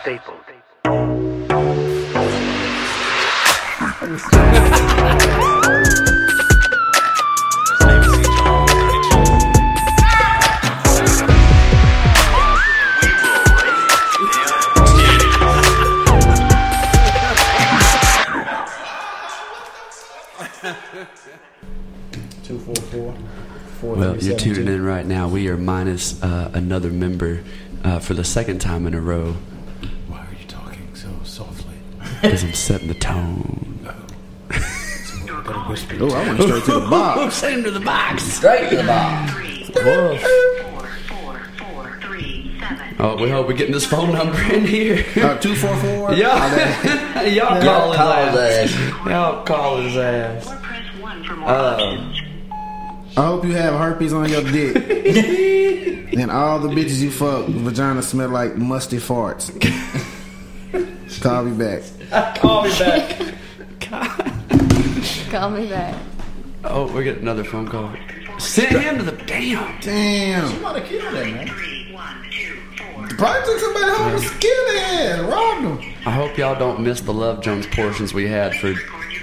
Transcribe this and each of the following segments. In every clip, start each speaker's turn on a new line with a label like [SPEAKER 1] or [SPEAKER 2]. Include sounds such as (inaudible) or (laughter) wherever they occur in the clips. [SPEAKER 1] Staples.
[SPEAKER 2] Two four four. four
[SPEAKER 3] Well,
[SPEAKER 2] three,
[SPEAKER 3] you're
[SPEAKER 2] seven,
[SPEAKER 3] tuning
[SPEAKER 2] two.
[SPEAKER 3] in right now. We are minus uh, another member uh, for the second time in a row
[SPEAKER 4] Why are you talking so
[SPEAKER 3] (laughs)
[SPEAKER 4] softly?
[SPEAKER 3] because I'm setting the tone.
[SPEAKER 4] Gotta whisper.
[SPEAKER 5] Oh, I went straight to the (laughs)
[SPEAKER 3] (laughs)
[SPEAKER 5] box.
[SPEAKER 3] Send him to the box.
[SPEAKER 5] Straight to the box.
[SPEAKER 6] Three,
[SPEAKER 5] Woof.
[SPEAKER 6] four, four, four, three, seven.
[SPEAKER 3] Oh, we hope we're getting this phone number in
[SPEAKER 4] (laughs)
[SPEAKER 3] here.
[SPEAKER 5] Uh,
[SPEAKER 3] (laughs)
[SPEAKER 5] 244.
[SPEAKER 3] Y'all, y'all call his
[SPEAKER 5] Call
[SPEAKER 3] ass.
[SPEAKER 5] that.
[SPEAKER 3] Y'all call his ass.
[SPEAKER 6] Or press one for more
[SPEAKER 3] Uh,
[SPEAKER 6] options.
[SPEAKER 5] I hope you have herpes on your dick. (laughs) and all the bitches you fuck, vagina smell like musty farts. Call me back.
[SPEAKER 3] Call me back.
[SPEAKER 7] Call me back.
[SPEAKER 3] Oh, we're getting another phone call. Send him to the damn.
[SPEAKER 5] Damn.
[SPEAKER 2] Might have killed that man.
[SPEAKER 6] Three, one, two, four.
[SPEAKER 5] Probably took somebody home and skin ass. Robbed them.
[SPEAKER 3] I hope y'all don't miss the Love Jones portions we had for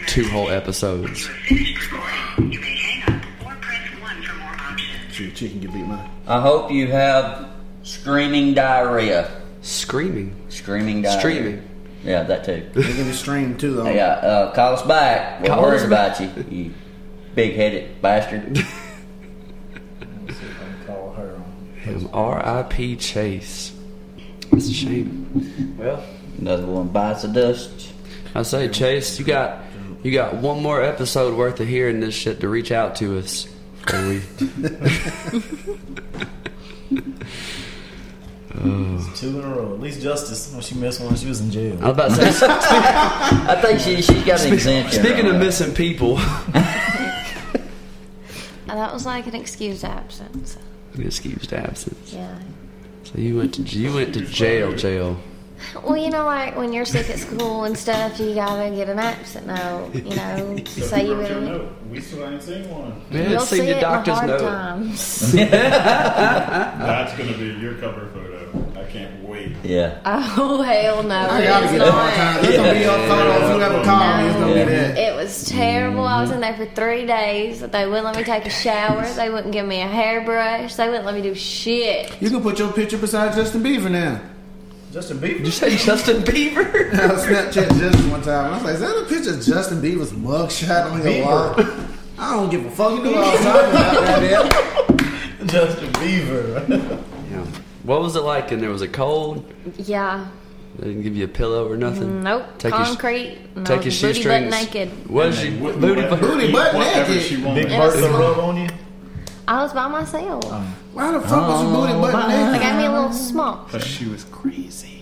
[SPEAKER 3] two whole episodes.
[SPEAKER 6] Finished recording. You may hang up or press one for more options.
[SPEAKER 5] Shoot, chicken get beat mine.
[SPEAKER 8] I hope you have screaming diarrhea.
[SPEAKER 3] Screaming.
[SPEAKER 8] Screaming diarrhea.
[SPEAKER 3] Streaming.
[SPEAKER 8] Yeah, that too.
[SPEAKER 3] (laughs)
[SPEAKER 5] They can be streamed too, though.
[SPEAKER 8] Hey, uh, uh, call us back. We're
[SPEAKER 3] Call
[SPEAKER 8] worried
[SPEAKER 3] us
[SPEAKER 8] about you, you big-headed bastard.
[SPEAKER 2] Call her on.
[SPEAKER 3] Him. R.I.P. Chase. That's a shame. Well,
[SPEAKER 8] Another one bites the dust.
[SPEAKER 3] I say, Chase, you got you got one more episode worth of hearing this shit to reach out to us. before we-
[SPEAKER 2] Two in a row. At least Justice, when she missed one, she was in jail.
[SPEAKER 3] I was about to (laughs) say,
[SPEAKER 8] I think she she's got an exemption.
[SPEAKER 3] speaking
[SPEAKER 8] right
[SPEAKER 3] of
[SPEAKER 8] now.
[SPEAKER 3] missing people, (laughs)
[SPEAKER 7] And that was like an excused absence.
[SPEAKER 3] excused absence.
[SPEAKER 7] Yeah.
[SPEAKER 3] So you went to you went to jail, jail.
[SPEAKER 7] Well, you know, like when you're sick at school and stuff, you gotta get an absent note, you
[SPEAKER 5] (laughs)
[SPEAKER 7] know. so you really,
[SPEAKER 2] We still ain't seen one.
[SPEAKER 3] Yeah,
[SPEAKER 7] you'll
[SPEAKER 3] see
[SPEAKER 7] see
[SPEAKER 3] the
[SPEAKER 7] it in the
[SPEAKER 3] doctor's
[SPEAKER 7] hard
[SPEAKER 3] note.
[SPEAKER 7] times. (laughs)
[SPEAKER 9] That's gonna be your cover photo. I can't wait.
[SPEAKER 3] (laughs)
[SPEAKER 8] Yeah.
[SPEAKER 7] oh hell no!
[SPEAKER 5] I gotta
[SPEAKER 7] it's
[SPEAKER 5] get
[SPEAKER 7] not.
[SPEAKER 5] that all time. That's gonna be your photo. If you ever call me, it's gonna be that.
[SPEAKER 7] It was terrible. I was in there for three days. They wouldn't let me take a shower. They wouldn't give me a hairbrush. They wouldn't let me do shit.
[SPEAKER 5] You can put your picture beside Justin Bieber now.
[SPEAKER 2] Justin Bieber.
[SPEAKER 3] You say Justin Bieber?
[SPEAKER 5] I Snapchat Justin one time. And I was like, is that a picture of Justin Bieber's mugshot on your wall? I don't give a fuck. You know what I'm talking about,
[SPEAKER 2] (laughs)
[SPEAKER 5] goddamn.
[SPEAKER 2] Justin Bieber.
[SPEAKER 3] Yeah. What was it like? And there was a cold.
[SPEAKER 7] Yeah.
[SPEAKER 3] They didn't give you a pillow or nothing.
[SPEAKER 7] Nope.
[SPEAKER 3] Take your sh-
[SPEAKER 7] Concrete. no,
[SPEAKER 3] Take your
[SPEAKER 7] booty butt
[SPEAKER 3] shoestrings.
[SPEAKER 7] naked.
[SPEAKER 3] Was you
[SPEAKER 9] Wouldn't
[SPEAKER 3] booty
[SPEAKER 9] let
[SPEAKER 3] butt?
[SPEAKER 9] her
[SPEAKER 5] booty
[SPEAKER 9] eat
[SPEAKER 5] butt
[SPEAKER 9] whatever
[SPEAKER 5] naked.
[SPEAKER 9] she
[SPEAKER 2] Big
[SPEAKER 9] wanted.
[SPEAKER 2] Bertha
[SPEAKER 7] small.
[SPEAKER 2] rub on you.
[SPEAKER 7] I was by myself.
[SPEAKER 5] Why the fuck was your booty butt
[SPEAKER 7] They
[SPEAKER 5] naked?
[SPEAKER 7] Oh, got me a little small
[SPEAKER 9] But she was crazy.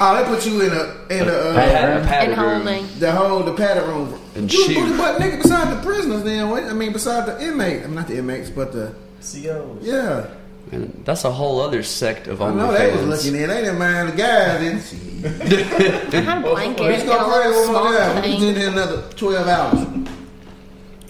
[SPEAKER 5] Oh, they put you in a in a uh,
[SPEAKER 3] Pat-
[SPEAKER 7] and
[SPEAKER 3] padded room.
[SPEAKER 7] holding.
[SPEAKER 5] the whole the padded room.
[SPEAKER 3] And
[SPEAKER 5] you was
[SPEAKER 3] shoot.
[SPEAKER 5] booty butt naked beside the prisoners. Then what? I mean, beside the inmates. I'm not the inmates, but the
[SPEAKER 2] COs.
[SPEAKER 5] yeah.
[SPEAKER 3] And that's a whole other sect of
[SPEAKER 5] I know they was
[SPEAKER 3] OnlyFans.
[SPEAKER 5] looking in. They didn't mind the guys. Didn't see.
[SPEAKER 7] I had a blanket
[SPEAKER 5] Let's
[SPEAKER 7] and a
[SPEAKER 5] go crazy
[SPEAKER 7] little
[SPEAKER 5] one more
[SPEAKER 7] small
[SPEAKER 5] time. We
[SPEAKER 7] thing.
[SPEAKER 5] did in another twelve hours.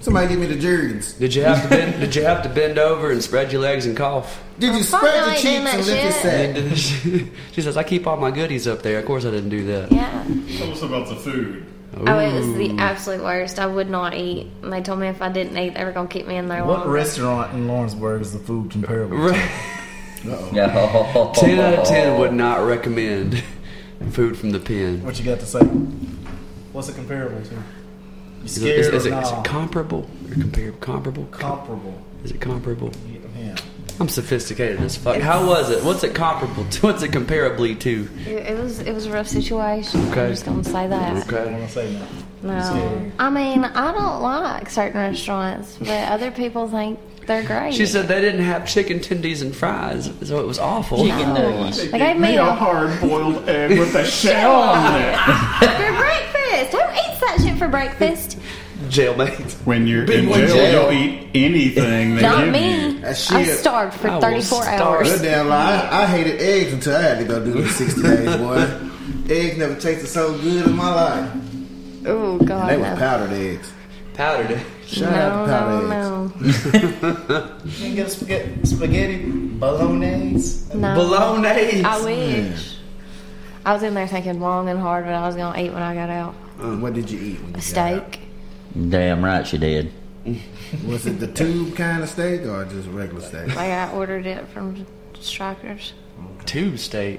[SPEAKER 5] Somebody give me the Jergens.
[SPEAKER 3] Did you have to bend? did you have to bend over and spread your legs and cough? (laughs)
[SPEAKER 5] Did you
[SPEAKER 7] Oh, fuck
[SPEAKER 5] spread
[SPEAKER 7] no,
[SPEAKER 5] your
[SPEAKER 7] I
[SPEAKER 5] cheeks
[SPEAKER 7] didn't
[SPEAKER 5] and
[SPEAKER 7] that
[SPEAKER 5] lift your
[SPEAKER 7] shit.
[SPEAKER 5] sack?
[SPEAKER 3] she says, "I keep all my goodies up there." Of course, I didn't do that.
[SPEAKER 7] Yeah.
[SPEAKER 9] Tell us about the food.
[SPEAKER 7] Oh, it was the absolute worst. I would not eat. And they told me if I didn't eat, they were gonna keep me in there.
[SPEAKER 2] What
[SPEAKER 7] longer.
[SPEAKER 2] restaurant in Lawrenceburg is the food comparable to?
[SPEAKER 5] (laughs)
[SPEAKER 8] Yeah.
[SPEAKER 3] ten out of
[SPEAKER 8] (laughs)
[SPEAKER 3] ten would not recommend food from the pen.
[SPEAKER 2] What you got to say? What's it comparable to? You
[SPEAKER 3] Is it, is,
[SPEAKER 2] scared
[SPEAKER 3] is
[SPEAKER 2] or
[SPEAKER 3] it- is
[SPEAKER 2] no?
[SPEAKER 3] it comparable? Or compar- comparable?
[SPEAKER 2] comparable?
[SPEAKER 3] Is it comparable?
[SPEAKER 2] Yeah.
[SPEAKER 3] I'm sophisticated as fuck. How was it? What's it comparable to? (laughs) What's it comparably to?
[SPEAKER 7] It, it was it was a rough situation.
[SPEAKER 3] Okay.
[SPEAKER 7] I'm just gonna say that.
[SPEAKER 2] I don't want to say that.
[SPEAKER 7] No, I mean I don't like certain restaurants, but other people think they're great.
[SPEAKER 3] She said they didn't have chicken tendies and fries, so it was awful.
[SPEAKER 8] Chicken nuggets.
[SPEAKER 7] they gave me a
[SPEAKER 9] hard boiled egg with a shell on it.
[SPEAKER 7] (laughs) for breakfast. Who eats that shit for breakfast?
[SPEAKER 3] Jailmates.
[SPEAKER 9] When you're in
[SPEAKER 3] one
[SPEAKER 9] jail,
[SPEAKER 3] jail.
[SPEAKER 9] you'll eat anything they
[SPEAKER 7] Not
[SPEAKER 9] give
[SPEAKER 7] me.
[SPEAKER 9] you.
[SPEAKER 5] That
[SPEAKER 7] I
[SPEAKER 5] shit.
[SPEAKER 7] starved for
[SPEAKER 3] I will
[SPEAKER 7] 34
[SPEAKER 3] starve.
[SPEAKER 7] hours.
[SPEAKER 5] Good damn lie. I, I hated eggs until I had to go do the 60 days, boy. eggs never tasted so good in my life.
[SPEAKER 7] Oh
[SPEAKER 5] They
[SPEAKER 7] god,
[SPEAKER 5] were
[SPEAKER 7] no.
[SPEAKER 5] powdered eggs.
[SPEAKER 3] Powdered. it.
[SPEAKER 5] Shout out to
[SPEAKER 7] No,
[SPEAKER 5] powdered
[SPEAKER 7] no,
[SPEAKER 5] eggs.
[SPEAKER 7] no,
[SPEAKER 2] You didn't get a spaghetti, spaghetti bolognese.
[SPEAKER 7] no.
[SPEAKER 3] Bolognese.
[SPEAKER 7] I wish. I was in there thinking long and hard what I was gonna eat when I got out.
[SPEAKER 5] Uh, What did you eat? When you
[SPEAKER 7] A
[SPEAKER 5] got out?
[SPEAKER 7] steak.
[SPEAKER 8] Damn right she did.
[SPEAKER 5] Was it the tube kind of steak or just regular steak?
[SPEAKER 7] Like I ordered it from Strikers.
[SPEAKER 3] Tube steak.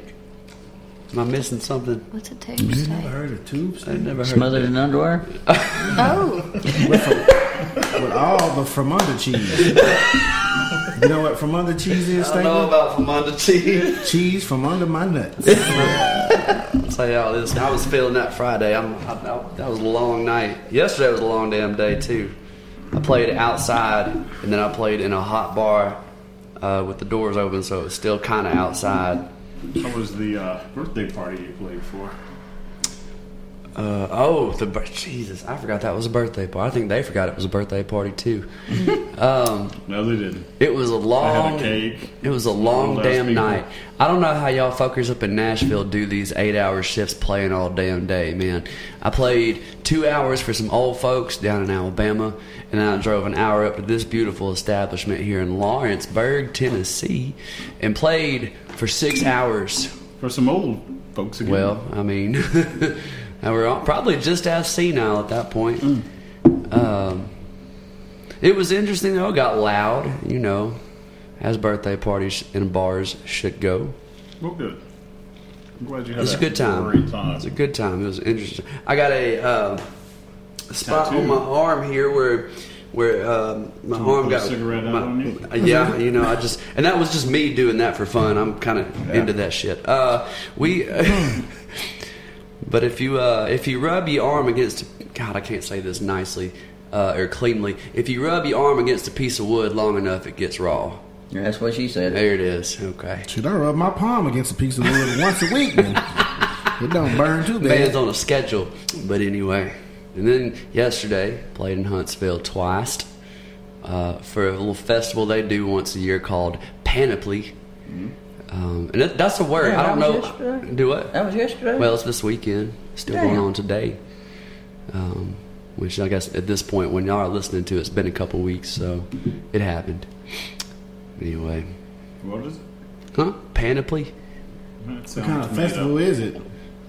[SPEAKER 3] Am I missing something?
[SPEAKER 7] What's it
[SPEAKER 5] You
[SPEAKER 7] taste
[SPEAKER 5] never
[SPEAKER 7] like?
[SPEAKER 5] heard of tube steak?
[SPEAKER 3] I've never heard.
[SPEAKER 8] Smothered in underwear?
[SPEAKER 7] Oh,
[SPEAKER 5] With all the from under cheese. you know what from under cheese is?
[SPEAKER 3] I know
[SPEAKER 5] Stapleton?
[SPEAKER 3] about Fomanda cheese.
[SPEAKER 5] Cheese from under my nuts.
[SPEAKER 3] I'll tell y'all this. I was feeling that Friday. I'm, I, I, that was a long night. Yesterday was a long damn day too. I played outside, and then I played in a hot bar uh, with the doors open, so it was still kind of outside. (laughs)
[SPEAKER 9] How was the uh, birthday party you played for?
[SPEAKER 3] Uh, oh, the bir- Jesus! I forgot that was a birthday party. I think they forgot it was a birthday party too. um,
[SPEAKER 9] No, they didn't.
[SPEAKER 3] It was a long.
[SPEAKER 9] cake.
[SPEAKER 3] It was a long
[SPEAKER 9] Last
[SPEAKER 3] damn
[SPEAKER 9] people.
[SPEAKER 3] night. I don't know how y'all fuckers up in Nashville do these eight-hour shifts playing all damn day, man. I played two hours for some old folks down in Alabama, and then I drove an hour up to this beautiful establishment here in Lawrenceburg, Tennessee, and played for six hours.
[SPEAKER 9] For some old folks again.
[SPEAKER 3] Well, I mean, (laughs) I were all, probably just as senile at that point. Um, it was interesting though. It got loud, you know, as birthday parties and bars should go.
[SPEAKER 9] well, good. I'm glad you had
[SPEAKER 3] It was a
[SPEAKER 9] that
[SPEAKER 3] good time.
[SPEAKER 9] Great
[SPEAKER 3] It
[SPEAKER 9] time.
[SPEAKER 3] was a good time. It was interesting. I got a uh, spot
[SPEAKER 9] Tattoo.
[SPEAKER 3] on my arm here where where um, my
[SPEAKER 9] you
[SPEAKER 3] arm
[SPEAKER 9] put a
[SPEAKER 3] got
[SPEAKER 9] cigarette out
[SPEAKER 3] my-
[SPEAKER 9] on you?
[SPEAKER 3] Uh, yeah, you know, I just and that was just me doing that for fun. I'm kind of
[SPEAKER 9] Yeah.
[SPEAKER 3] into that shit. Uh, we, (laughs) but if you uh, if you rub your arm against God, I can't say this nicely uh, or cleanly. If you rub your arm against a piece of wood long enough, it gets raw.
[SPEAKER 8] Yeah, That's what she said.
[SPEAKER 3] There it is. Okay.
[SPEAKER 5] Should I rub my palm against a piece of wood once a week? Man? It don't burn too
[SPEAKER 3] Band's
[SPEAKER 5] bad.
[SPEAKER 3] on a schedule. But anyway, and then yesterday played in Huntsville twice uh, for a little festival they do once a year called Panoply. Um, and that, that's a word.
[SPEAKER 8] Mm-hmm. Yeah,
[SPEAKER 3] I don't
[SPEAKER 8] that
[SPEAKER 3] know.
[SPEAKER 8] was yesterday.
[SPEAKER 3] Do what?
[SPEAKER 8] That was yesterday.
[SPEAKER 3] Well, it's this weekend. Still
[SPEAKER 8] Damn.
[SPEAKER 3] going on today. Um, which I guess at this point, when y'all are listening to, it, it's been a couple weeks, so it happened. Anyway,
[SPEAKER 9] What is it?
[SPEAKER 3] huh? Panoply.
[SPEAKER 9] That
[SPEAKER 5] What kind of
[SPEAKER 9] sounds made
[SPEAKER 5] festival
[SPEAKER 9] up.
[SPEAKER 5] is it?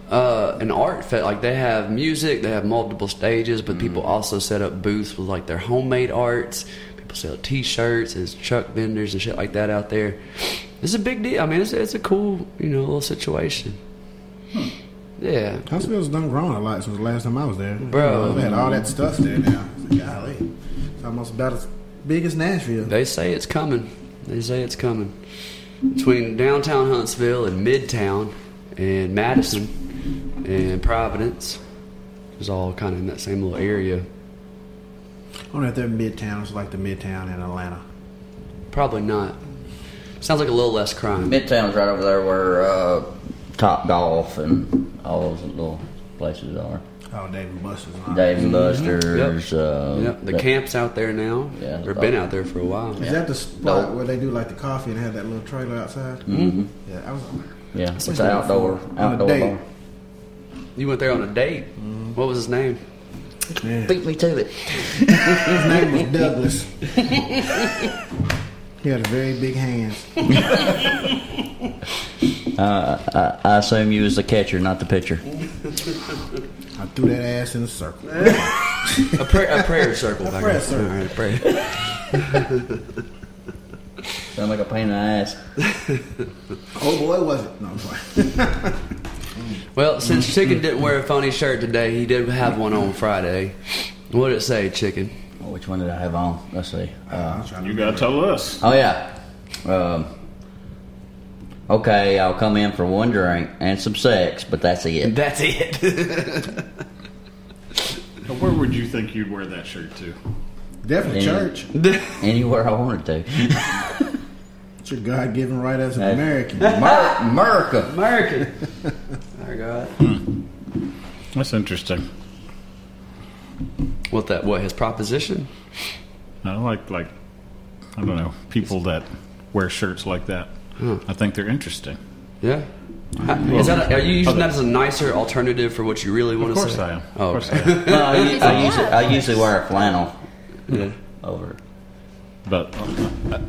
[SPEAKER 3] uh, an art fest. Like they have music, they have multiple stages, but people also set up booths with like their homemade arts. People sell T-shirts and truck vendors and shit like that out there. It's a big deal. I mean, it's, it's a cool, you know, little situation. Yeah,
[SPEAKER 5] Huntsville's done grown a lot since the last time I was there.
[SPEAKER 3] Bro.
[SPEAKER 5] we had all that stuff there now. Golly, it's almost about as big as Nashville.
[SPEAKER 3] they say it's coming. They say it's coming between downtown Huntsville and Midtown and Madison and Providence. It's all kind of in that same little area.
[SPEAKER 5] I wonder if they're midtown. It's like the midtown in Atlanta.
[SPEAKER 3] Probably not. Sounds like a little less crime.
[SPEAKER 8] Midtown's right over there where uh, Top Golf and all those little places are.
[SPEAKER 5] Oh, Dave and Buster's. and all that.
[SPEAKER 8] Dave and Buster's. Uh,
[SPEAKER 3] Mm-hmm. Yep, Um, the
[SPEAKER 8] that-
[SPEAKER 3] camp's out there now.
[SPEAKER 8] Yeah,
[SPEAKER 3] or
[SPEAKER 8] the-
[SPEAKER 3] been out there for a while.
[SPEAKER 5] Is that the spot
[SPEAKER 8] Nope.
[SPEAKER 5] where they do like the coffee and have that little trailer outside? Mm-hmm. Yeah, I was
[SPEAKER 8] Yeah, it's
[SPEAKER 5] what
[SPEAKER 8] an
[SPEAKER 5] they
[SPEAKER 8] outdoor,
[SPEAKER 5] do for- on a
[SPEAKER 8] outdoor
[SPEAKER 5] date.
[SPEAKER 8] bar.
[SPEAKER 3] You went there on a date. What was his name?
[SPEAKER 8] Beat me to it.
[SPEAKER 5] His name was
[SPEAKER 8] (laughs)
[SPEAKER 5] Douglas. he had very big hands.
[SPEAKER 8] I assume you was the catcher, not the pitcher.
[SPEAKER 5] I threw that ass in a circle.
[SPEAKER 8] (laughs)
[SPEAKER 3] A, prayer, a
[SPEAKER 5] (laughs)
[SPEAKER 3] prayer circle. back
[SPEAKER 5] prayer
[SPEAKER 3] there.
[SPEAKER 5] circle.
[SPEAKER 3] All right, prayer.
[SPEAKER 8] Sound like a pain in the ass.
[SPEAKER 5] Oh boy, was it? No, I'm sorry.
[SPEAKER 3] Well, (laughs) since Chicken didn't wear a funny shirt today, he did have one on Friday. What did it say, Chicken?
[SPEAKER 8] Oh, Which one did I have on? Let's see. Uh,
[SPEAKER 9] You gotta tell us.
[SPEAKER 8] oh yeah. Um, okay, I'll come in for one drink and some sex, but that's it. (laughs)
[SPEAKER 3] That's it. (laughs)
[SPEAKER 9] Now, Where would you think you'd wear that shirt to?
[SPEAKER 5] Definitely
[SPEAKER 8] Yeah.
[SPEAKER 5] church.
[SPEAKER 8] Anywhere I wanted to. (laughs)
[SPEAKER 5] It's your God given right as an
[SPEAKER 8] That's- (laughs)
[SPEAKER 5] American.
[SPEAKER 8] Mer- America.
[SPEAKER 3] American. I got.
[SPEAKER 9] That's interesting.
[SPEAKER 3] What that? What his proposition?
[SPEAKER 9] I like like I don't know people that wear shirts like that. I think they're interesting.
[SPEAKER 3] Yeah. Is that a, are you using that as a nicer alternative for what you really want
[SPEAKER 9] Of
[SPEAKER 3] to
[SPEAKER 9] course
[SPEAKER 3] say?
[SPEAKER 9] I am.
[SPEAKER 3] Oh,
[SPEAKER 9] of course
[SPEAKER 3] okay.
[SPEAKER 9] I am.
[SPEAKER 8] Well, I, u- I usually, I usually wear a flannel
[SPEAKER 3] Yeah.
[SPEAKER 8] over.
[SPEAKER 9] uh, But I,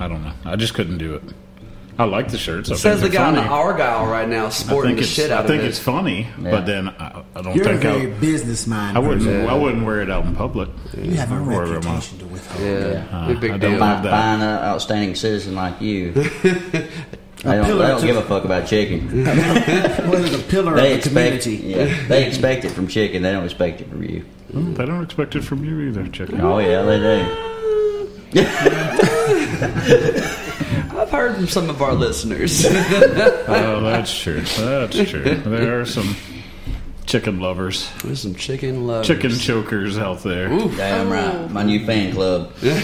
[SPEAKER 9] I don't know. I just couldn't do it. I like the shirts. I
[SPEAKER 3] Says the
[SPEAKER 9] think
[SPEAKER 3] guy
[SPEAKER 9] they're
[SPEAKER 3] in the
[SPEAKER 9] funny.
[SPEAKER 3] Argyle right now,
[SPEAKER 9] I
[SPEAKER 3] sporting
[SPEAKER 9] think
[SPEAKER 3] the
[SPEAKER 9] it's
[SPEAKER 3] shit out
[SPEAKER 9] I think
[SPEAKER 3] of
[SPEAKER 9] it's
[SPEAKER 3] it.
[SPEAKER 9] funny,
[SPEAKER 8] Yeah.
[SPEAKER 9] but then I, I don't
[SPEAKER 5] You're a
[SPEAKER 9] think
[SPEAKER 5] very
[SPEAKER 9] I,
[SPEAKER 5] business minded.
[SPEAKER 9] I wouldn't I wouldn't wear it out in public.
[SPEAKER 5] You have a
[SPEAKER 9] Wherever I'm at.
[SPEAKER 5] reputation to withhold.
[SPEAKER 3] Yeah,
[SPEAKER 9] Uh,
[SPEAKER 3] big,
[SPEAKER 9] I
[SPEAKER 3] big
[SPEAKER 9] don't
[SPEAKER 3] deal.
[SPEAKER 9] like-
[SPEAKER 8] By,
[SPEAKER 9] that.
[SPEAKER 8] buying an outstanding citizen like (laughs) you, they don't,
[SPEAKER 5] pillar
[SPEAKER 8] they don't
[SPEAKER 5] to-
[SPEAKER 8] give a fuck about chicken.
[SPEAKER 5] What is a pillar
[SPEAKER 8] They
[SPEAKER 5] of the
[SPEAKER 8] expect,
[SPEAKER 5] community?
[SPEAKER 8] yeah, they expect it from chicken. They don't expect it from you.
[SPEAKER 9] They don't expect it from you either, chicken.
[SPEAKER 8] Oh yeah, they do.
[SPEAKER 3] I've heard from some of our (laughs) listeners.
[SPEAKER 9] Oh, that's true. That's true. There are some chicken lovers,
[SPEAKER 3] There's some chicken love.
[SPEAKER 9] chicken chokers out there.
[SPEAKER 8] Damn right, my new fan club.
[SPEAKER 3] (laughs)
[SPEAKER 9] the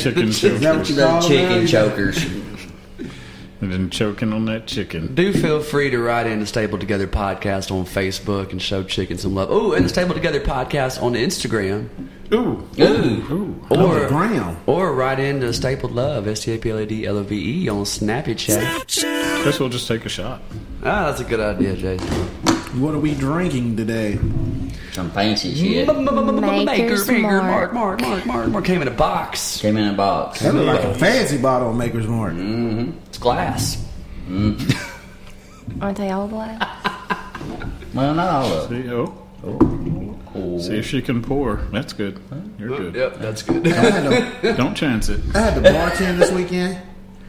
[SPEAKER 9] chicken
[SPEAKER 5] that
[SPEAKER 9] chokers.
[SPEAKER 5] what you
[SPEAKER 8] The
[SPEAKER 5] call
[SPEAKER 8] chicken
[SPEAKER 5] them?
[SPEAKER 8] chokers.
[SPEAKER 9] They've been choking on that chicken.
[SPEAKER 3] Do feel free to write in the Stable Together podcast on Facebook and show chicken some love. Ooh, and the Stable Together podcast on Instagram.
[SPEAKER 9] Ooh,
[SPEAKER 8] Ooh,
[SPEAKER 9] ooh.
[SPEAKER 5] Oh, the
[SPEAKER 3] Or
[SPEAKER 5] ground.
[SPEAKER 3] or write in to Stapled Love, S T A P L A D L O V E on Snappy Chat.
[SPEAKER 9] Guess we'll just take a shot.
[SPEAKER 3] Ah, that's a good idea, Jason.
[SPEAKER 5] What are we drinking today?
[SPEAKER 8] some fancy shit.
[SPEAKER 7] Maker's
[SPEAKER 3] Mark,
[SPEAKER 7] Mark.
[SPEAKER 3] Mark, Mark, Mark, Mark came in a box.
[SPEAKER 8] Came in a box.
[SPEAKER 5] That look like a fancy bottle of Maker's Mark.
[SPEAKER 3] It's glass.
[SPEAKER 7] Aren't they all black?
[SPEAKER 8] Well, not all of it.
[SPEAKER 9] See, oh.
[SPEAKER 3] Oh.
[SPEAKER 9] See if she can pour. That's good. You're good.
[SPEAKER 3] Yep, that's
[SPEAKER 8] Mm-hmm.
[SPEAKER 3] good.
[SPEAKER 5] I had, to,
[SPEAKER 9] Don't chance it.
[SPEAKER 5] I had to bartend this weekend.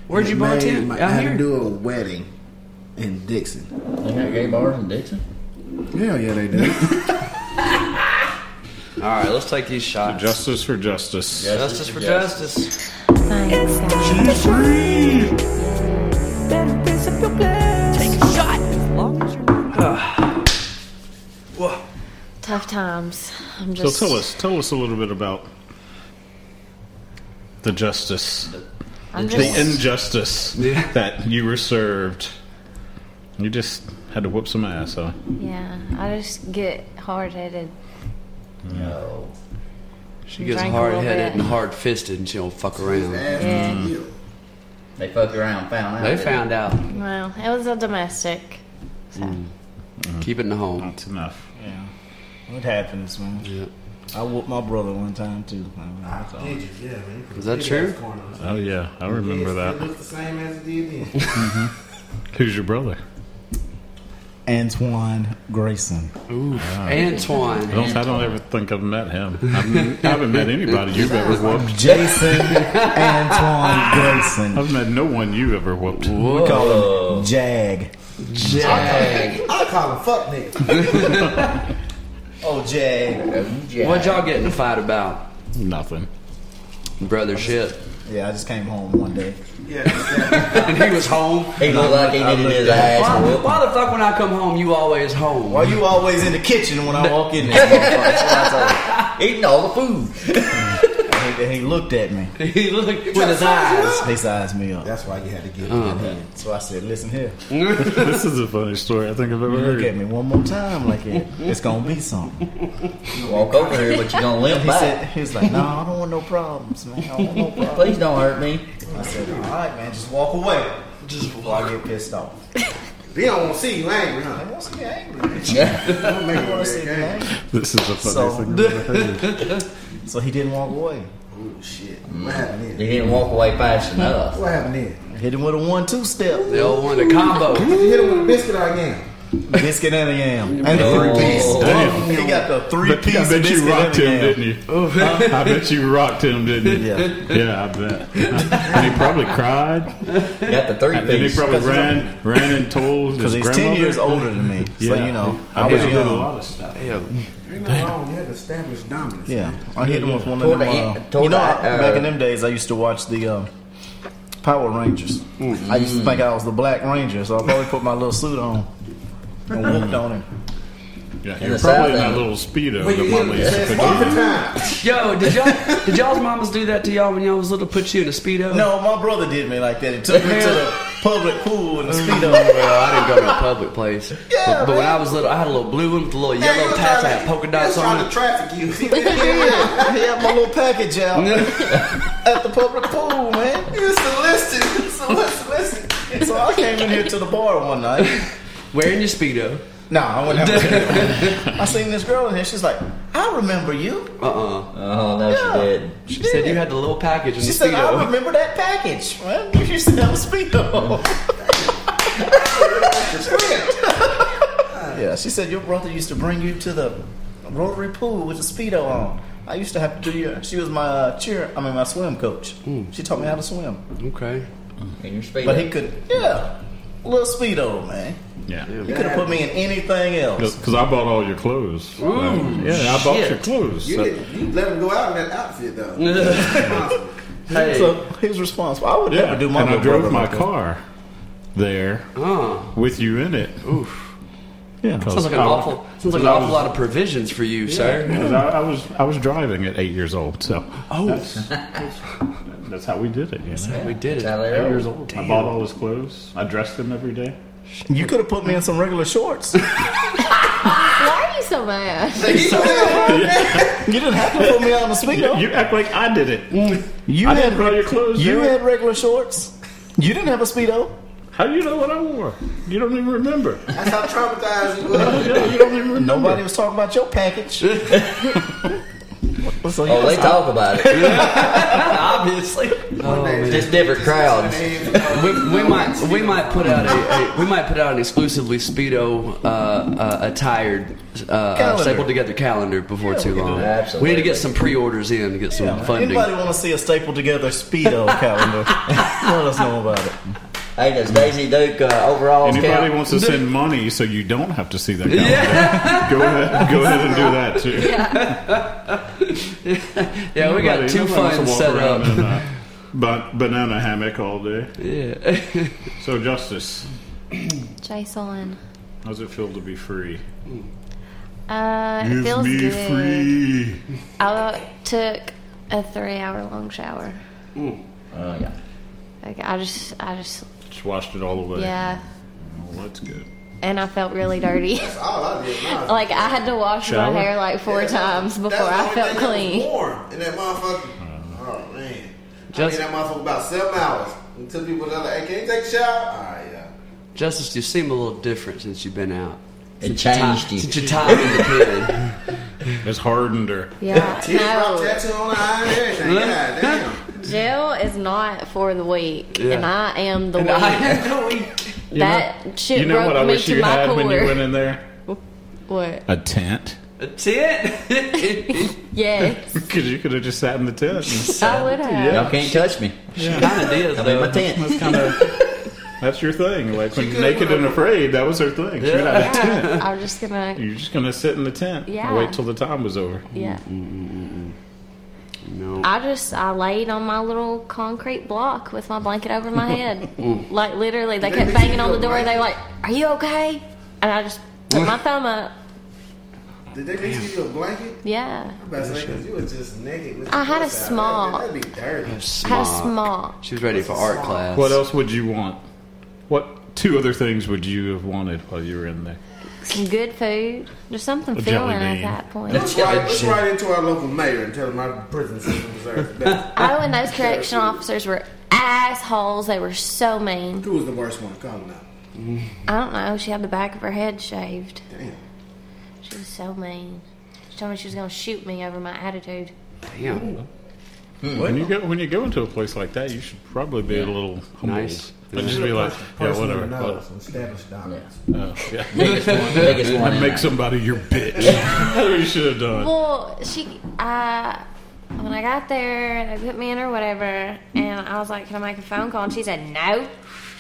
[SPEAKER 3] Where'd you
[SPEAKER 5] Made
[SPEAKER 3] bartend?
[SPEAKER 5] my- I
[SPEAKER 3] Out
[SPEAKER 5] had
[SPEAKER 3] here?
[SPEAKER 5] to do a wedding in Dixon.
[SPEAKER 8] They got gay bars in Dixon.
[SPEAKER 5] Hell yeah, they (laughs) do.
[SPEAKER 3] All right, let's take these shots.
[SPEAKER 9] Justice for justice.
[SPEAKER 3] Justice for justice.
[SPEAKER 7] Thanks, guys.
[SPEAKER 3] Ah.
[SPEAKER 7] Tough times. I'm
[SPEAKER 9] So
[SPEAKER 7] just.
[SPEAKER 9] tell us, tell us a little bit about the justice,
[SPEAKER 7] I'm
[SPEAKER 9] the
[SPEAKER 7] just.
[SPEAKER 9] injustice
[SPEAKER 3] Yeah.
[SPEAKER 9] that you were served. You just had to whoop some ass, huh?
[SPEAKER 7] Yeah, I just get hard headed.
[SPEAKER 8] No.
[SPEAKER 3] She gets
[SPEAKER 7] Drank a little
[SPEAKER 3] hard headed
[SPEAKER 7] bit.
[SPEAKER 3] and hard fisted and she don't fuck around.
[SPEAKER 7] Yeah.
[SPEAKER 9] Mm.
[SPEAKER 8] They fucked around, and found out.
[SPEAKER 3] They
[SPEAKER 8] didn't
[SPEAKER 3] found out.
[SPEAKER 7] Well, it was a domestic. So.
[SPEAKER 9] Mm.
[SPEAKER 3] Keep it in the home.
[SPEAKER 9] That's enough.
[SPEAKER 2] Yeah. It happens, man.
[SPEAKER 3] Yeah. Ah.
[SPEAKER 2] I whooped my brother one time, too. man. That's all.
[SPEAKER 3] Is that true?
[SPEAKER 9] Oh yeah, I remember that.
[SPEAKER 5] looks the same as it did then.
[SPEAKER 9] Who's your brother?
[SPEAKER 2] Antoine Grayson.
[SPEAKER 3] Antoine.
[SPEAKER 9] I don't, I don't ever think I've met him. I've, I haven't met anybody you've ever whooped.
[SPEAKER 3] (laughs)
[SPEAKER 2] Jason Antoine Grayson.
[SPEAKER 9] I've met no one you ever whooped.
[SPEAKER 2] We call him Oh. Jag.
[SPEAKER 8] they?
[SPEAKER 5] I call him fuck nigga.
[SPEAKER 2] (laughs) Oh, Jag.
[SPEAKER 8] Yeah.
[SPEAKER 3] What y'all getting in a fight about?
[SPEAKER 9] Nothing. (laughs)
[SPEAKER 3] Brother shit.
[SPEAKER 2] Yeah, I just came home one day.
[SPEAKER 3] (laughs) And he was home.
[SPEAKER 8] He looked like he needed his ass
[SPEAKER 3] Why,
[SPEAKER 8] whooped.
[SPEAKER 3] why the fuck when I come home you always home?
[SPEAKER 2] Why you always in the kitchen when I walk in (laughs) there? motherfucker?
[SPEAKER 8] Eating all the food.
[SPEAKER 2] That's what I told him. he, he looked at me.
[SPEAKER 3] he looked with his eyes.
[SPEAKER 2] They sized me up.
[SPEAKER 5] That's why you had to get
[SPEAKER 3] Oh.
[SPEAKER 2] Uh-huh.
[SPEAKER 5] it. in.
[SPEAKER 2] So I said, listen here.
[SPEAKER 9] This is a funny story I think I've ever
[SPEAKER 2] Look at
[SPEAKER 9] heard.
[SPEAKER 2] me one more time like it. It's gonna be something.
[SPEAKER 8] Walk over here, but you're gonna
[SPEAKER 2] (laughs)
[SPEAKER 8] limp
[SPEAKER 2] He said
[SPEAKER 8] back.
[SPEAKER 2] he was like, No, I don't want no problems, man. I don't want no problems.
[SPEAKER 8] Please don't hurt me.
[SPEAKER 2] I said, All right, man, just walk away. Just walk. I get pissed off.
[SPEAKER 5] They don't want to see you angry, huh?
[SPEAKER 2] I want to see you angry.
[SPEAKER 8] Yeah.
[SPEAKER 5] They don't make
[SPEAKER 2] I
[SPEAKER 5] you
[SPEAKER 2] want to see you angry.
[SPEAKER 9] This is a funny
[SPEAKER 2] So-
[SPEAKER 9] thing I've ever heard.
[SPEAKER 2] (laughs) So he didn't walk away.
[SPEAKER 5] Oh shit!
[SPEAKER 2] Mm.
[SPEAKER 5] What happened
[SPEAKER 8] You
[SPEAKER 5] here?
[SPEAKER 8] didn't walk away fast enough.
[SPEAKER 5] What happened here?
[SPEAKER 2] Hit him with a one-two step.
[SPEAKER 3] The old one, the combo.
[SPEAKER 5] Did you hit him with a biscuit or a yam?
[SPEAKER 2] biscuit and a yam. And a
[SPEAKER 8] Oh.
[SPEAKER 2] three-piece.
[SPEAKER 9] Damn.
[SPEAKER 2] He got the
[SPEAKER 9] But I
[SPEAKER 2] three-piece
[SPEAKER 9] bet
[SPEAKER 2] biscuit
[SPEAKER 9] you rocked
[SPEAKER 2] and a
[SPEAKER 9] him,
[SPEAKER 2] yam.
[SPEAKER 9] didn't you? I bet you rocked him, didn't you?
[SPEAKER 2] Oh. Yeah.
[SPEAKER 9] Yeah, I bet. and he probably cried.
[SPEAKER 8] Got the three
[SPEAKER 9] And then he
[SPEAKER 8] piece.
[SPEAKER 9] probably ran, ran and told his
[SPEAKER 2] Because he's
[SPEAKER 9] grandmother.
[SPEAKER 2] 10 years older than me. So,
[SPEAKER 9] Yeah.
[SPEAKER 2] you know,
[SPEAKER 9] I,
[SPEAKER 2] I was
[SPEAKER 9] bet he did a
[SPEAKER 2] young.
[SPEAKER 9] lot of stuff.
[SPEAKER 5] Ain't nothing wrong. You had established dominance.
[SPEAKER 2] Yeah, I hit him with one
[SPEAKER 8] Toward
[SPEAKER 2] of them.
[SPEAKER 8] the
[SPEAKER 2] uh,
[SPEAKER 8] end- toward
[SPEAKER 2] you know,
[SPEAKER 8] the,
[SPEAKER 2] I-
[SPEAKER 8] uh,
[SPEAKER 2] back in them days, I used to watch the uh, Power Rangers. I used to think I was the Black Ranger, so I probably put my little suit on and whooped on him.
[SPEAKER 9] Yeah,
[SPEAKER 8] In
[SPEAKER 9] you're
[SPEAKER 8] the
[SPEAKER 9] probably in
[SPEAKER 8] South
[SPEAKER 9] that
[SPEAKER 8] End.
[SPEAKER 9] little speedo
[SPEAKER 5] When you hit
[SPEAKER 9] that Mama
[SPEAKER 5] him,
[SPEAKER 9] used to
[SPEAKER 5] it's
[SPEAKER 9] put
[SPEAKER 5] all
[SPEAKER 9] you
[SPEAKER 5] the
[SPEAKER 9] in.
[SPEAKER 5] time.
[SPEAKER 3] Yo, did y'all did y'all's mamas do that to y'all when y'all was little? Put you in a speedo?
[SPEAKER 2] No, my brother did me like that. He took me to the public pool in the speedo.
[SPEAKER 3] Well, I didn't go to a public place.
[SPEAKER 5] Yeah,
[SPEAKER 3] but, but when
[SPEAKER 5] man.
[SPEAKER 3] I was little, I had a little blue one with a little
[SPEAKER 5] Man, you
[SPEAKER 3] yellow
[SPEAKER 5] was
[SPEAKER 3] tap
[SPEAKER 5] trying
[SPEAKER 3] tap
[SPEAKER 5] to-
[SPEAKER 3] polka
[SPEAKER 5] you
[SPEAKER 3] dots
[SPEAKER 5] was trying
[SPEAKER 3] on
[SPEAKER 5] to
[SPEAKER 3] it.
[SPEAKER 5] traffic
[SPEAKER 3] (laughs)
[SPEAKER 5] you.
[SPEAKER 2] yeah, he had my little package out at the public pool, man.
[SPEAKER 5] You solicited, solicited.
[SPEAKER 2] So I came in here to the bar one night.
[SPEAKER 3] Wearing your speedo.
[SPEAKER 2] No, I wouldn't have a- I seen this girl in here. She's like, I remember you.
[SPEAKER 3] Uh-uh.
[SPEAKER 8] (laughs) Oh no,
[SPEAKER 2] Yeah.
[SPEAKER 8] she did.
[SPEAKER 3] She said you had the little package in
[SPEAKER 2] She
[SPEAKER 3] the
[SPEAKER 2] said, I
[SPEAKER 3] speedo.
[SPEAKER 2] remember that package. Well, (laughs) you said that was
[SPEAKER 9] (laughs)
[SPEAKER 2] Speedo. yeah, she said your brother used to bring you to the rotary pool with a Speedo on. I used to have to do your. She was my uh, cheer. I mean, my swim coach.
[SPEAKER 9] Hmm.
[SPEAKER 2] She taught me how to swim,
[SPEAKER 3] (laughs) Okay.
[SPEAKER 8] In your speed.
[SPEAKER 2] but he could. Yeah, little Speedo man.
[SPEAKER 9] Yeah.
[SPEAKER 2] He could have put me in anything else.
[SPEAKER 9] Because I bought all your clothes. yeah, I bought your
[SPEAKER 3] shit.
[SPEAKER 9] clothes.
[SPEAKER 5] You,
[SPEAKER 9] So-
[SPEAKER 5] did, you let him go out in that outfit though.
[SPEAKER 2] Mm.
[SPEAKER 5] Responsible.
[SPEAKER 3] Hey.
[SPEAKER 2] So he was responsible. I would
[SPEAKER 9] yeah,
[SPEAKER 2] never do my.
[SPEAKER 9] and I
[SPEAKER 2] little
[SPEAKER 9] drove
[SPEAKER 2] brother
[SPEAKER 9] my
[SPEAKER 2] like that.
[SPEAKER 9] car there
[SPEAKER 3] oh.
[SPEAKER 9] with you in it.
[SPEAKER 3] Oof.
[SPEAKER 9] Yeah,
[SPEAKER 3] Sounds like an awful sounds like an awful lot of provisions for you, sir.
[SPEAKER 9] Because I, I was I was driving at eight years old, so oh, that's, that's how we did it. You know,
[SPEAKER 3] We did it.
[SPEAKER 8] Tyler,
[SPEAKER 9] eight years old. I bought all his clothes. I dressed him every day.
[SPEAKER 2] You could have put me in some regular shorts.
[SPEAKER 9] (laughs)
[SPEAKER 7] Why are you so mad?
[SPEAKER 2] You didn't have to put me on the speaker.
[SPEAKER 9] (laughs) You act like I did it.
[SPEAKER 2] You
[SPEAKER 9] I
[SPEAKER 2] had
[SPEAKER 9] didn't buy your clothes.
[SPEAKER 2] you
[SPEAKER 9] there.
[SPEAKER 2] had regular shorts. You didn't have a speedo.
[SPEAKER 9] How do you know what I wore? You don't even remember.
[SPEAKER 5] That's how traumatized you was.
[SPEAKER 9] Yeah, you don't even remember.
[SPEAKER 2] Nobody was talking about your (laughs) package. So, yes,
[SPEAKER 8] Oh, they
[SPEAKER 2] I-
[SPEAKER 8] talk about it.
[SPEAKER 3] (laughs) Obviously. Oh, man.
[SPEAKER 8] Just different crowds.
[SPEAKER 3] we, we might we might put out a, a we might put out an exclusively speedo uh, uh, attired uh, uh,
[SPEAKER 2] Calendar.
[SPEAKER 3] stapled together calendar before too long.
[SPEAKER 8] that. Absolutely.
[SPEAKER 3] We need to get some pre-orders in to get some
[SPEAKER 2] Yeah,
[SPEAKER 3] funding.
[SPEAKER 2] Anybody want to see a stapled together speedo calendar? (laughs) Let us know about it.
[SPEAKER 8] Hey, does Daisy Duke uh, overalls
[SPEAKER 9] Anybody
[SPEAKER 8] count?
[SPEAKER 9] wants to send money so you don't have to see that calendar?
[SPEAKER 3] Yeah,
[SPEAKER 9] (laughs) Go ahead, go ahead and do that too.
[SPEAKER 3] (laughs) yeah, we got
[SPEAKER 9] Nobody-
[SPEAKER 3] two
[SPEAKER 9] nobody wants to
[SPEAKER 3] funds
[SPEAKER 9] walk
[SPEAKER 3] set
[SPEAKER 9] around
[SPEAKER 3] up.
[SPEAKER 9] in a ba- banana hammock all day.
[SPEAKER 3] Yeah.
[SPEAKER 9] So justice,
[SPEAKER 7] Jason.
[SPEAKER 9] how does it feel to be free?
[SPEAKER 7] Uh, it feels
[SPEAKER 9] me
[SPEAKER 7] good.
[SPEAKER 9] free.
[SPEAKER 7] I took a three hour long shower.
[SPEAKER 8] Oh, yeah.
[SPEAKER 7] Like, I just, I just,
[SPEAKER 9] Just washed it all away.
[SPEAKER 7] yeah.
[SPEAKER 9] Well, Oh, that's good.
[SPEAKER 7] And I felt really dirty. (laughs)
[SPEAKER 5] That's all I did. Nah.
[SPEAKER 7] like, I had to wash
[SPEAKER 9] Shower?
[SPEAKER 7] my hair like four
[SPEAKER 5] Yeah,
[SPEAKER 7] times before
[SPEAKER 5] that's the
[SPEAKER 7] I
[SPEAKER 5] only
[SPEAKER 7] felt
[SPEAKER 5] thing that was (laughs)
[SPEAKER 7] clean.
[SPEAKER 5] Warm in that motherfucker. Oh man,
[SPEAKER 3] Just-
[SPEAKER 5] I did that motherfucker about seven hours until people are like, "Hey, can you take a shower?" All right, yeah.
[SPEAKER 3] Justice, you seem a little different since you've been out.
[SPEAKER 8] It
[SPEAKER 3] Time-
[SPEAKER 8] changed
[SPEAKER 3] Since
[SPEAKER 8] you.
[SPEAKER 3] your time in the pen. (laughs)
[SPEAKER 9] It's hardened her.
[SPEAKER 7] Yeah,
[SPEAKER 5] Teeth rock
[SPEAKER 7] no.
[SPEAKER 5] tattoo on the eye and everything. God damn.
[SPEAKER 7] Gel is not for the weak,
[SPEAKER 3] Yeah.
[SPEAKER 7] and I am the
[SPEAKER 3] And
[SPEAKER 7] weak.
[SPEAKER 3] I (laughs) am the weak.
[SPEAKER 7] that shit
[SPEAKER 9] You know
[SPEAKER 7] broke
[SPEAKER 9] what I
[SPEAKER 7] me
[SPEAKER 9] wish
[SPEAKER 7] to
[SPEAKER 9] you
[SPEAKER 7] my
[SPEAKER 9] had
[SPEAKER 7] core.
[SPEAKER 9] when you went in there?
[SPEAKER 7] (laughs) what?
[SPEAKER 9] A (laughs) tent.
[SPEAKER 3] A (laughs) tit.
[SPEAKER 7] Yes,
[SPEAKER 9] Because you could have just sat in the
[SPEAKER 7] (laughs)
[SPEAKER 9] tent. and- (laughs)
[SPEAKER 7] I would have.
[SPEAKER 8] Y'all can't touch me.
[SPEAKER 3] kind of did
[SPEAKER 8] I'm in my
[SPEAKER 3] though.
[SPEAKER 8] tent.
[SPEAKER 9] That's kind of that's your thing. Like when
[SPEAKER 5] could've
[SPEAKER 9] naked
[SPEAKER 5] went
[SPEAKER 9] and afraid, that was her thing. She went out of tent.
[SPEAKER 7] I'm just gonna.
[SPEAKER 9] You're just gonna sit in the tent.
[SPEAKER 7] Yeah.
[SPEAKER 9] And wait till the time was over.
[SPEAKER 7] Yeah,
[SPEAKER 3] No.
[SPEAKER 7] I just I laid on my little concrete block with my blanket over my head. like literally, they kept banging on the door. They like, "Are you okay?" And I just put my thumb up.
[SPEAKER 5] Did they make you do a blanket?
[SPEAKER 7] Yeah,
[SPEAKER 5] I'm about to say, 'cause you were just naked. With
[SPEAKER 7] I
[SPEAKER 5] your
[SPEAKER 7] had a
[SPEAKER 5] clothes out.
[SPEAKER 7] small.
[SPEAKER 5] That'd be dirty.
[SPEAKER 7] I had a small.
[SPEAKER 3] She was ready for art class.
[SPEAKER 9] What else would you want? What two other things would you have wanted while you were in there?
[SPEAKER 7] Some good food. There's something
[SPEAKER 9] jelly
[SPEAKER 7] feeling at
[SPEAKER 9] bean.
[SPEAKER 7] that point.
[SPEAKER 5] Let's write, let's write into our local mayor and tell him our prison system deserves best.
[SPEAKER 7] Oh, and those correction officers were assholes. They were so mean.
[SPEAKER 5] Who was the worst one? Call him now.
[SPEAKER 7] I don't know. She had the back of her head shaved.
[SPEAKER 5] Damn.
[SPEAKER 7] She was so mean. She told me she was gonna shoot me over my attitude.
[SPEAKER 9] (laughs)
[SPEAKER 3] Damn.
[SPEAKER 5] Hmm.
[SPEAKER 9] When you go when you go into a place like that, you should probably be a little humble.
[SPEAKER 3] Nice.
[SPEAKER 9] And just be like, yeah,
[SPEAKER 5] Person
[SPEAKER 9] whatever.
[SPEAKER 5] who knows,
[SPEAKER 9] whatever.
[SPEAKER 5] established dominance.
[SPEAKER 9] Oh, yeah.
[SPEAKER 8] biggest one. Biggest one. in
[SPEAKER 9] Make
[SPEAKER 8] there.
[SPEAKER 9] somebody your bitch. (laughs) That's what you should have done.
[SPEAKER 7] Well, she, uh, when I got there, they put me in or whatever, and I was like, "Can I make a phone call?" And she said, "No."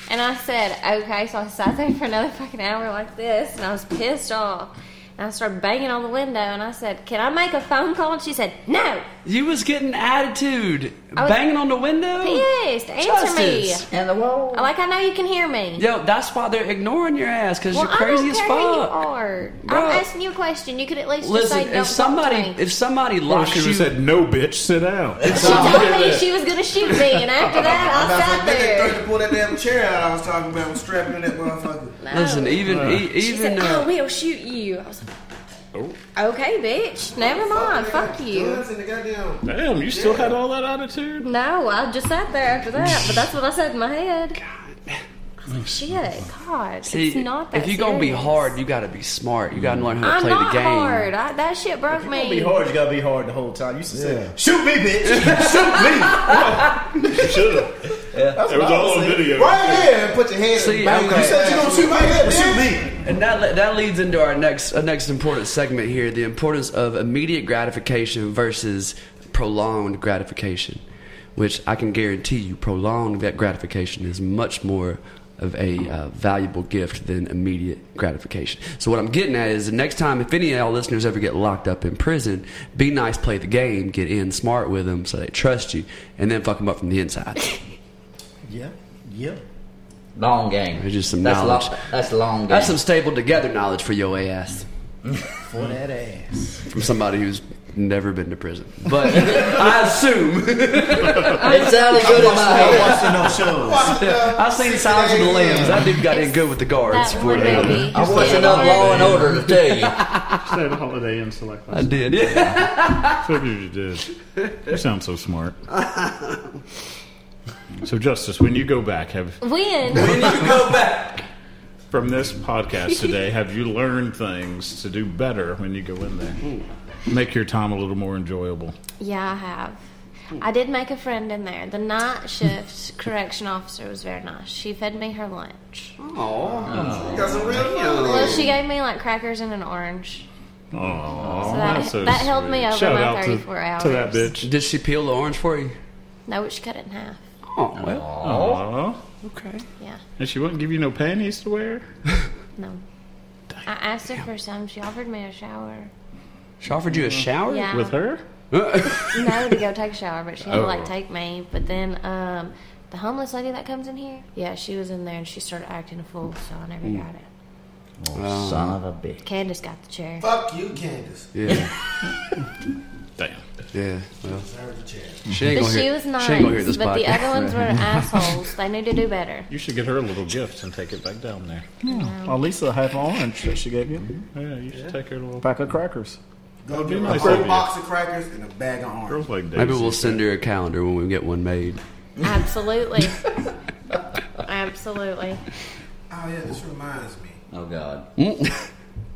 [SPEAKER 7] And I said, "Okay." So I sat there for another fucking hour like this, and I was pissed off. And I started banging on the window, and I said, "Can I make a phone call?" And she said, "No."
[SPEAKER 3] You was getting attitude,
[SPEAKER 7] was
[SPEAKER 3] banging on the window.
[SPEAKER 7] Pissed. Answer me.
[SPEAKER 3] Justice.
[SPEAKER 8] And the wall.
[SPEAKER 7] Like I know you can hear me.
[SPEAKER 3] Yo, that's why they're ignoring your ass because
[SPEAKER 7] Well,
[SPEAKER 3] you're crazy
[SPEAKER 7] I
[SPEAKER 3] as
[SPEAKER 7] don't care who you
[SPEAKER 3] fuck.
[SPEAKER 7] are.
[SPEAKER 3] Bruh.
[SPEAKER 7] I'm asking you a question. You could at least just
[SPEAKER 3] Listen,
[SPEAKER 7] say don't
[SPEAKER 3] if
[SPEAKER 7] talk
[SPEAKER 3] somebody
[SPEAKER 7] to me.
[SPEAKER 3] if somebody
[SPEAKER 9] Or
[SPEAKER 3] locks
[SPEAKER 9] she would
[SPEAKER 3] you,
[SPEAKER 9] have said, no, bitch, sit (laughs) down.
[SPEAKER 7] She told me she was gonna shoot me, and after
[SPEAKER 5] I about
[SPEAKER 7] that, I sat
[SPEAKER 5] to say, they tried
[SPEAKER 7] there.
[SPEAKER 5] to pull that damn chair out I was talking about and strapping in that motherfucker.
[SPEAKER 3] listen, even e-
[SPEAKER 7] She
[SPEAKER 3] even
[SPEAKER 7] said, "I
[SPEAKER 3] uh,
[SPEAKER 7] will "Oh, shoot you." I was
[SPEAKER 3] Oh.
[SPEAKER 7] like, "Okay, bitch. Never mind. Fuck you."
[SPEAKER 5] Guns in the goddamn.
[SPEAKER 9] Damn, you still had all that attitude?
[SPEAKER 7] No, I just sat there after that, but that's what I said in my head. I was like, shit, God, it's
[SPEAKER 3] See,
[SPEAKER 7] not that.
[SPEAKER 3] e, if you're gonna be
[SPEAKER 7] serious.
[SPEAKER 3] hard, you gotta be smart. You gotta learn how to
[SPEAKER 7] I'm
[SPEAKER 3] play
[SPEAKER 7] not
[SPEAKER 3] the game.
[SPEAKER 7] hard. I, that shit broke
[SPEAKER 2] You
[SPEAKER 7] me.
[SPEAKER 2] gonna be hard. You gotta be hard the whole time. You used to say,
[SPEAKER 5] Yeah.
[SPEAKER 2] "Shoot me, (laughs) bitch! Shoot (laughs) me!" That's
[SPEAKER 1] It was
[SPEAKER 2] what I
[SPEAKER 1] all on
[SPEAKER 2] saying.
[SPEAKER 1] video.
[SPEAKER 2] Right here, put your head.
[SPEAKER 3] See,
[SPEAKER 2] in the back.
[SPEAKER 3] okay.
[SPEAKER 2] You said you gonna shoot my head. Shoot me.
[SPEAKER 3] And that, le- that leads into our next uh, next important segment here: the importance of immediate gratification versus prolonged gratification. Which I can guarantee you, prolonged that gratification is much more of a uh, valuable gift than immediate gratification. So what I'm getting at is the next time, if any of y'all listeners ever get locked up in prison, be nice, play the game, get in smart with them so they trust you, and then fuck them up from the inside.
[SPEAKER 2] Yeah, yeah.
[SPEAKER 8] Long game.
[SPEAKER 3] There's just some
[SPEAKER 8] that's lo-
[SPEAKER 3] knowledge.
[SPEAKER 8] that's a long game.
[SPEAKER 3] That's some stapled together knowledge for your ass.
[SPEAKER 2] For that ass.
[SPEAKER 3] from somebody who's never been to prison. But (laughs) I assume (laughs)
[SPEAKER 8] it sounded good in my head.
[SPEAKER 2] Watching no (laughs) shows.
[SPEAKER 3] I seen Silence of the Lambs. That dude got in good with the guards.
[SPEAKER 7] That
[SPEAKER 3] for
[SPEAKER 7] one
[SPEAKER 3] them.
[SPEAKER 7] movie.
[SPEAKER 8] I watched enough Law and Order to tell you.
[SPEAKER 3] (laughs)
[SPEAKER 9] Stayed a Holiday Inn Select.
[SPEAKER 3] I did. Yeah.
[SPEAKER 9] Figured you did. You sound so smart. (laughs) so, Justice, when you go back, have
[SPEAKER 7] When?
[SPEAKER 9] from this
[SPEAKER 7] (laughs)
[SPEAKER 9] podcast today, have you learned things to do better when you go in there? Make your time a little more enjoyable.
[SPEAKER 7] yeah, I have. I did make a friend in there. The night shift correction officer was very nice. She fed me her lunch. Well, she gave me like crackers and an orange.
[SPEAKER 9] Oh,
[SPEAKER 7] So that-
[SPEAKER 9] that's so
[SPEAKER 7] that held me
[SPEAKER 9] sweet.
[SPEAKER 7] over
[SPEAKER 9] Shout
[SPEAKER 7] my
[SPEAKER 9] out to-
[SPEAKER 7] 34 hours.
[SPEAKER 9] To that
[SPEAKER 3] (laughs)
[SPEAKER 9] bitch.
[SPEAKER 3] Did she peel the orange for you?
[SPEAKER 7] No, she cut it in half.
[SPEAKER 3] Oh well.
[SPEAKER 9] Oh,
[SPEAKER 3] Okay.
[SPEAKER 7] Yeah,
[SPEAKER 9] and she wouldn't give you no panties to wear.
[SPEAKER 7] no. I asked her for some. She offered me a shower.
[SPEAKER 3] She offered you a shower.
[SPEAKER 7] Mm-hmm. Yeah.
[SPEAKER 9] with her?
[SPEAKER 7] no to go take a shower, but she had
[SPEAKER 9] Oh.
[SPEAKER 7] to like take me. But then um, the homeless lady that comes in here, yeah, she was in there and she started acting a fool, so I
[SPEAKER 9] Hmm.
[SPEAKER 7] never got it.
[SPEAKER 8] Son of a bitch.
[SPEAKER 7] Candace got the chair.
[SPEAKER 1] Fuck you, Candace.
[SPEAKER 3] Yeah.
[SPEAKER 9] Damn.
[SPEAKER 3] Yeah. Well,
[SPEAKER 1] Deserve the chair.
[SPEAKER 3] she ain't
[SPEAKER 7] But
[SPEAKER 3] gonna
[SPEAKER 7] she
[SPEAKER 3] hear.
[SPEAKER 7] was nice,
[SPEAKER 3] she ain't gonna hear this
[SPEAKER 7] but the
[SPEAKER 3] podcast.
[SPEAKER 7] other ones
[SPEAKER 9] (laughs)
[SPEAKER 7] were assholes. They need to do better.
[SPEAKER 9] You should get her a little gift and take it back down there.
[SPEAKER 2] Well, Lisa half an orange that she gave you.
[SPEAKER 9] Yeah, you should take her a little.
[SPEAKER 2] Pack of crackers.
[SPEAKER 1] Go
[SPEAKER 9] be
[SPEAKER 1] get
[SPEAKER 9] nice
[SPEAKER 1] a whole
[SPEAKER 9] of you.
[SPEAKER 1] box of crackers and a bag of orange.
[SPEAKER 9] Girls like Daisy.
[SPEAKER 3] Maybe we'll send her a calendar when we get one made.
[SPEAKER 9] (laughs)
[SPEAKER 7] Absolutely. Absolutely.
[SPEAKER 1] Oh yeah, this reminds me.
[SPEAKER 8] Oh God.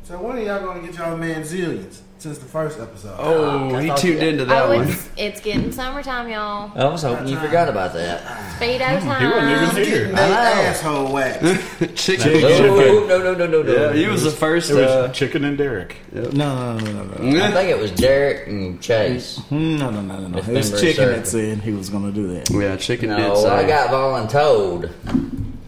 [SPEAKER 1] So when are y'all gonna get y'all manzillions since the first episode?
[SPEAKER 3] Oh, he tuned into that
[SPEAKER 7] oh,
[SPEAKER 3] one.
[SPEAKER 7] it's, it's getting summertime, y'all.
[SPEAKER 8] I was hoping you forgot about that. (laughs)
[SPEAKER 7] Speedo
[SPEAKER 9] He wasn't
[SPEAKER 7] time.
[SPEAKER 9] even here.
[SPEAKER 1] They asshole wax.
[SPEAKER 7] (laughs)
[SPEAKER 3] (laughs) Chicken.
[SPEAKER 9] Chicken.
[SPEAKER 8] No, no, no, no, no, no.
[SPEAKER 3] Yeah, he was the first.
[SPEAKER 9] It was
[SPEAKER 3] Uh,
[SPEAKER 9] chicken and Derek.
[SPEAKER 2] No, no, no, no, no, no,
[SPEAKER 8] I think it was Derek and Chase.
[SPEAKER 2] no, no, no, no.
[SPEAKER 8] If
[SPEAKER 2] It was
[SPEAKER 8] memory
[SPEAKER 2] Chicken that
[SPEAKER 8] serves
[SPEAKER 2] said he was gonna do that.
[SPEAKER 3] yeah, chicken did
[SPEAKER 8] No,
[SPEAKER 3] say.
[SPEAKER 8] Oh, I got voluntold.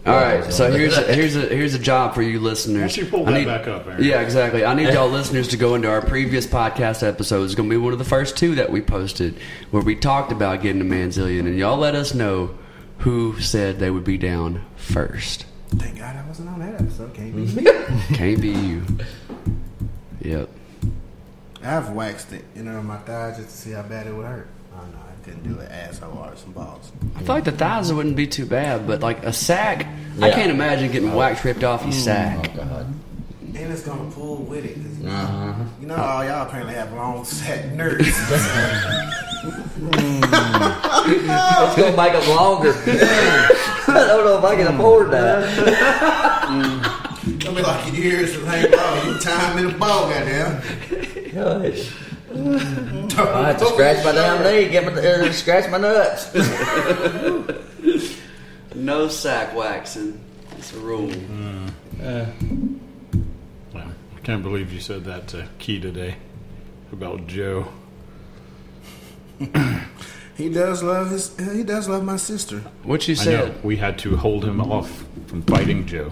[SPEAKER 3] All right, so here's a, here's a here's a job for you listeners.
[SPEAKER 9] Why don't you pull
[SPEAKER 3] I
[SPEAKER 9] that
[SPEAKER 3] need-
[SPEAKER 9] back up, Aaron?
[SPEAKER 3] Yeah, exactly. I need y'all listeners to go into our previous podcast episode. It's going to be one of the first two that we posted where we talked about getting a manzillion, and y'all let us know who said they would be down first.
[SPEAKER 1] Thank God I wasn't on that episode. Can't be.
[SPEAKER 3] Can't be you. Yep.
[SPEAKER 1] I've waxed it, you know, in my thighs just to see how bad it would hurt. Oh no, I couldn't do an asshole or some balls.
[SPEAKER 3] I feel like the thighs wouldn't be too bad, but like a sack, I
[SPEAKER 8] Yeah.
[SPEAKER 3] can't imagine getting wax ripped off your sack.
[SPEAKER 8] Oh God.
[SPEAKER 1] And it's gonna pull with it. 'cause, You know, all y'all apparently have long sack nerves. (laughs)
[SPEAKER 8] It's gonna make it longer. (laughs) I don't know if I can afford that.
[SPEAKER 1] It'll be like your ears and hang long. You time in a ball, goddamn.
[SPEAKER 8] Gosh. I have to scratch my damn knee, get my uh, scratch my nuts.
[SPEAKER 3] No sack waxing. It's a rule.
[SPEAKER 9] Mm. Well, I can't believe you said that to Key today about Joe.
[SPEAKER 5] He does love his. He does love my sister.
[SPEAKER 3] What you
[SPEAKER 9] I know
[SPEAKER 3] said?
[SPEAKER 9] we had to hold him off from fighting Joe.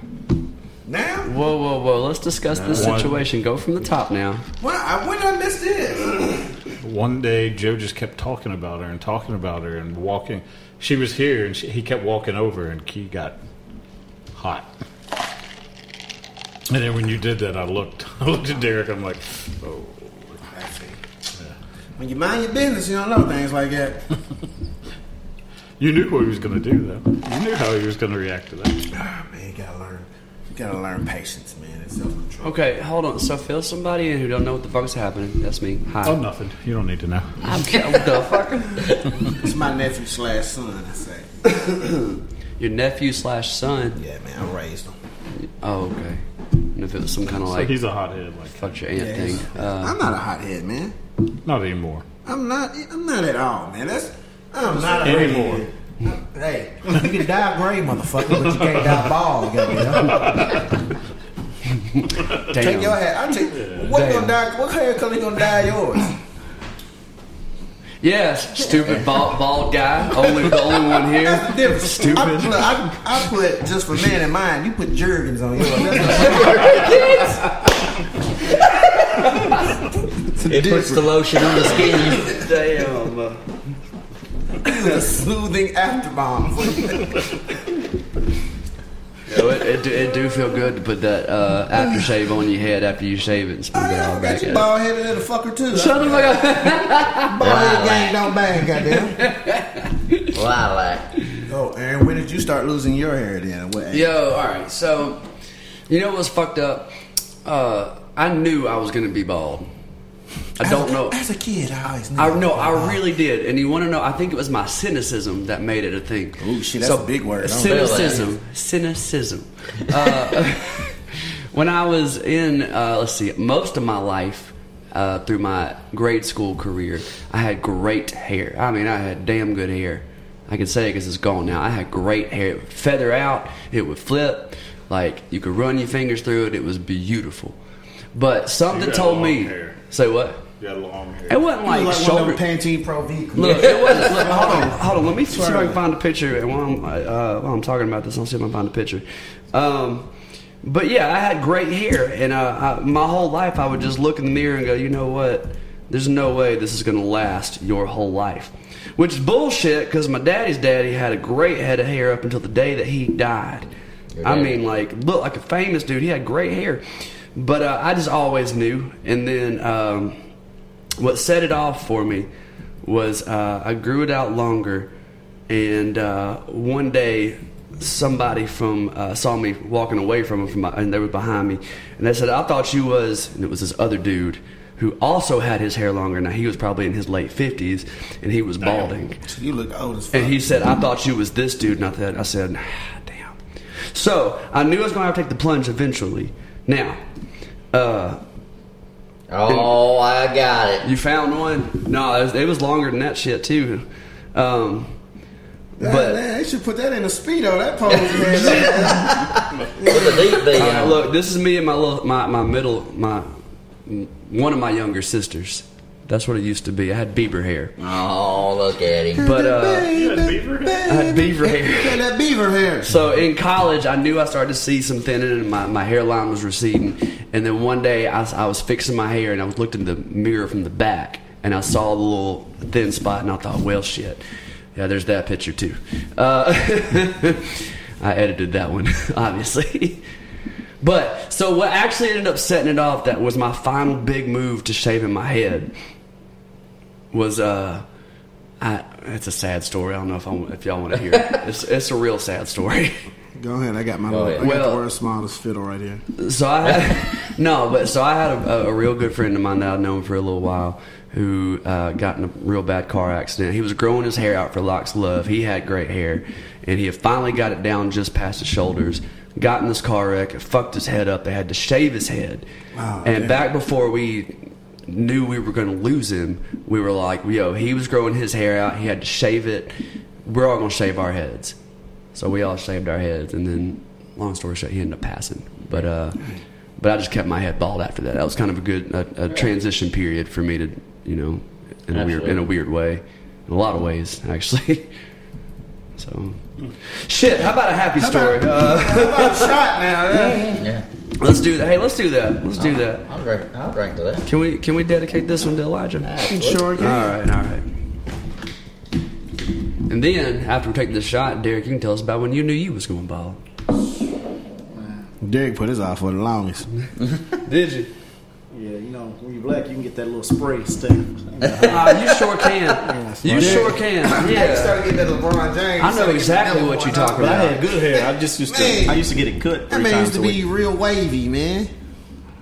[SPEAKER 1] Now,
[SPEAKER 3] Whoa, whoa, whoa! Let's discuss this
[SPEAKER 9] One.
[SPEAKER 3] situation. Go from the top now.
[SPEAKER 1] when I, when I missed this,
[SPEAKER 9] One day, Joe just kept talking about her and talking about her and walking. She was here and she, he kept walking over, and Key got hot. And then when you did that, I looked. (laughs) I looked at Derek. I'm like, oh,
[SPEAKER 1] when you mind your business, you don't know things like (laughs) that.
[SPEAKER 9] you knew what he was going to do, though. You knew how he was going to react to that.
[SPEAKER 1] Ah, man, you gotta learn. You gotta learn patience, man, and self control.
[SPEAKER 3] Okay, hold on. So fill somebody in who don't know what the fuck's happening. That's me. Hi.
[SPEAKER 9] Oh, nothing. You don't need to know.
[SPEAKER 3] (laughs) I'm, what the fuck?
[SPEAKER 1] It's my nephew slash son. I say.
[SPEAKER 3] Your nephew slash son.
[SPEAKER 1] Yeah, man, I raised him.
[SPEAKER 3] Oh, okay. And if it was some kind of
[SPEAKER 9] So
[SPEAKER 3] like
[SPEAKER 9] he's a hothead, like
[SPEAKER 3] fuck your aunt thing. Uh,
[SPEAKER 1] I'm not a hothead, man.
[SPEAKER 9] not anymore.
[SPEAKER 1] I'm not. I'm not at all, man. That's. I'm not a
[SPEAKER 9] Anymore.
[SPEAKER 1] hothead. Hey, you can die gray, motherfucker, but you can't die bald. Goddamn. (laughs)
[SPEAKER 3] damn.
[SPEAKER 1] Take your hair. I take. What
[SPEAKER 3] Damn.
[SPEAKER 1] gonna die? What hair color gonna dye yours?
[SPEAKER 3] Yes, stupid bald, bald guy. Only the only one
[SPEAKER 1] That's
[SPEAKER 3] here.
[SPEAKER 1] the difference.
[SPEAKER 3] Stupid.
[SPEAKER 1] I, look, I, I put just for man and mine. You put Jergens on yours.
[SPEAKER 8] (laughs) It puts the lotion on the skin.
[SPEAKER 3] Damn.
[SPEAKER 1] That's a soothing afterbomb.
[SPEAKER 3] So it, it, do, it do feel good to put that uh, aftershave on your head after you shave it and smooth it
[SPEAKER 1] I
[SPEAKER 3] all
[SPEAKER 1] got
[SPEAKER 3] back
[SPEAKER 1] you
[SPEAKER 3] out.
[SPEAKER 1] bald headed little fucker too.
[SPEAKER 3] Shut the fuck up.
[SPEAKER 1] Bald head gang don't bang,
[SPEAKER 5] (laughs)
[SPEAKER 1] goddamn.
[SPEAKER 8] Lilac.
[SPEAKER 1] Oh, Aaron, when did you start losing your hair then? What?
[SPEAKER 3] Yo, all right. So, you know what's fucked up? Uh, I knew I was gonna be bald. I don't know.
[SPEAKER 1] As a kid, I always knew.
[SPEAKER 3] I know I really did, and you want to know? I think it was my cynicism that made it a thing.
[SPEAKER 1] Ooh, shit, that's a big word. I don't know
[SPEAKER 3] Cynicism, cynicism. Uh, (laughs) when I was in, uh, let's see, most of my life uh, through my grade school career, I had great hair. I mean, I had damn good hair. I can say it because it's gone now. I had great hair. It would feather out. It would flip. Like you could run your fingers through it. It was beautiful. But something
[SPEAKER 9] had
[SPEAKER 3] told
[SPEAKER 9] long
[SPEAKER 3] me.
[SPEAKER 9] hair.
[SPEAKER 3] Say what?
[SPEAKER 9] You got long hair.
[SPEAKER 3] It wasn't like,
[SPEAKER 5] like one
[SPEAKER 3] shoulder.
[SPEAKER 5] of them Pantene Pro V.
[SPEAKER 3] Look, it wasn't. Look, (laughs) hold on, hold on. Let me see if I can find a picture. And while I'm, uh, while I'm talking about this, I'll see if I can find a picture. Um, but yeah, I had great hair, and uh, I, my whole life I would just look in the mirror and go, you know what? There's no way this is gonna last your whole life, which is bullshit because my daddy's daddy had a great head of hair up until the day that he died. I
[SPEAKER 8] daddy?
[SPEAKER 3] mean, like look like a famous dude. He had great hair, but uh, I just always knew. And then um, what set it off for me was uh, I grew it out longer, and uh, one day somebody from uh, saw me walking away from him, from my, and they were behind me, and they said, "I thought you was," and it was this other dude. Who also had his hair longer. Now he was probably in his late fifties, and he was balding.
[SPEAKER 1] You look old as fuck.
[SPEAKER 3] And he said, I thought you was this dude, not that. I said, "Nah, damn. So I knew I was going to have to take the plunge eventually. Now, uh,
[SPEAKER 8] Oh, I got it.
[SPEAKER 3] you found one? No, it was, it was longer than that shit, too. Um,
[SPEAKER 1] but
[SPEAKER 3] but
[SPEAKER 1] man, they should put that in a speedo. That pose
[SPEAKER 3] (laughs)
[SPEAKER 1] man.
[SPEAKER 8] With a deep V
[SPEAKER 3] all right,
[SPEAKER 8] on.
[SPEAKER 3] look, this is me and my little, my, my middle, my one of my younger sisters. That's what it used to be. I had beaver hair,
[SPEAKER 8] Oh, look at him.
[SPEAKER 3] but uh,
[SPEAKER 9] You had beaver hair?
[SPEAKER 3] I had beaver hair.
[SPEAKER 1] Yeah, that beaver hair.
[SPEAKER 3] So in college, I knew I started to see some thinning and my, my hairline was receding. And then one day I, s- I was fixing my hair and I was looked in the mirror from the back and I saw the little thin spot and I thought, well, shit. Yeah, there's that picture too. Uh, (laughs) I edited that one, (laughs) obviously. But so what actually ended up setting it off that was my final big move to shaving my head was uh I it's a sad story. I don't know if I want- if y'all want to hear it. It's it's a real sad story.
[SPEAKER 5] Go ahead. I got my.
[SPEAKER 8] Go
[SPEAKER 5] little-
[SPEAKER 8] ahead.
[SPEAKER 5] I got
[SPEAKER 3] Well-
[SPEAKER 5] the world's smallest fiddle right here. (laughs)
[SPEAKER 3] So I had, (laughs) no, but so I had a, a real good friend of mine that I've known for a little while who uh, got in a real bad car accident. He was growing his hair out for Locke's Love. He had great hair, and he had finally got it down just past his shoulders. Got in this car wreck, it fucked his head up. They had to shave his head.
[SPEAKER 1] Wow,
[SPEAKER 3] and
[SPEAKER 1] damn.
[SPEAKER 3] back before we knew we were going to lose him, we were like, yo, he was growing his hair out. He had to shave it. We're all going to shave our heads. So we all shaved our heads, and then, long story short, he ended up passing. But uh, but I just kept my head bald after that. That was kind of a good a, a transition period for me to you know in a weird in a
[SPEAKER 8] Absolutely.
[SPEAKER 3] weird way, in a lot of ways actually. (laughs) so shit. How about a happy story? Uh,
[SPEAKER 1] I'm shot now. Yeah.
[SPEAKER 8] Yeah.
[SPEAKER 3] let's do that. Hey, let's do that. Let's do that.
[SPEAKER 8] I'll drink, I'll drink to that.
[SPEAKER 3] Can we can we dedicate this one to Elijah?
[SPEAKER 5] Sure.
[SPEAKER 3] All right, all right. And then after we take this shot, Derek, you can tell us about when you knew you was going bald.
[SPEAKER 5] Derek put his off for the longest.
[SPEAKER 3] Did you?
[SPEAKER 2] Yeah, you know, when you're black, you can get that little spray stuff.
[SPEAKER 3] Ah, you sure can. You sure can. (laughs) Yeah.
[SPEAKER 1] Trying to get that LeBron James.
[SPEAKER 3] I know exactly what you're talking
[SPEAKER 2] But I
[SPEAKER 3] about.
[SPEAKER 2] had good hair. I just used to.
[SPEAKER 5] Man.
[SPEAKER 2] I used to get it cut
[SPEAKER 5] That
[SPEAKER 2] three
[SPEAKER 5] man
[SPEAKER 2] times
[SPEAKER 5] used to
[SPEAKER 2] a week.
[SPEAKER 5] be real wavy, man.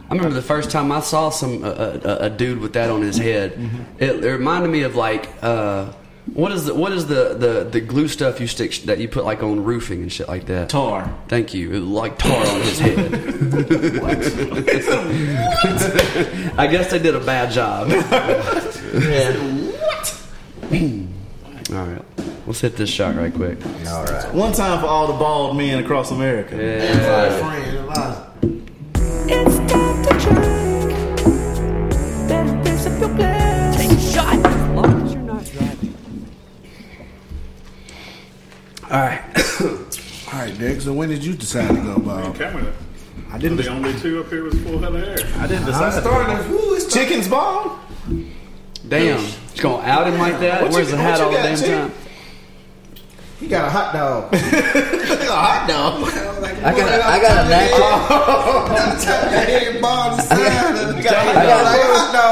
[SPEAKER 3] I remember the first time I Mm-hmm. saw some a, a, a dude with that on his head. It, it reminded me of like uh, What is the what is the, the, the glue stuff you stick that you put like on roofing and shit like that?
[SPEAKER 2] Tar.
[SPEAKER 3] Thank you. It like tar on his head. I guess they did a bad job. All right, let's hit this shot right quick.
[SPEAKER 1] All right.
[SPEAKER 2] One time for all the bald men across America.
[SPEAKER 1] Friend, Eliza.
[SPEAKER 3] All right,
[SPEAKER 1] All right, Dick. So when did you decide to go bald?
[SPEAKER 9] Camera.
[SPEAKER 2] I didn't.
[SPEAKER 9] The only two up here with full head of hair.
[SPEAKER 2] I didn't decide.
[SPEAKER 1] to. Ooh, it's
[SPEAKER 2] Chicken's bald.
[SPEAKER 3] damn, it's gonna out him like that.
[SPEAKER 2] What you-
[SPEAKER 3] Where's the
[SPEAKER 2] what
[SPEAKER 3] hat
[SPEAKER 2] you
[SPEAKER 3] all the
[SPEAKER 2] got,
[SPEAKER 3] damn
[SPEAKER 2] Chief?
[SPEAKER 3] time?
[SPEAKER 5] He got a
[SPEAKER 1] (laughs)
[SPEAKER 5] hot dog.
[SPEAKER 8] I got a, I got a natural.
[SPEAKER 1] Hey, bald the side. You got
[SPEAKER 8] I got,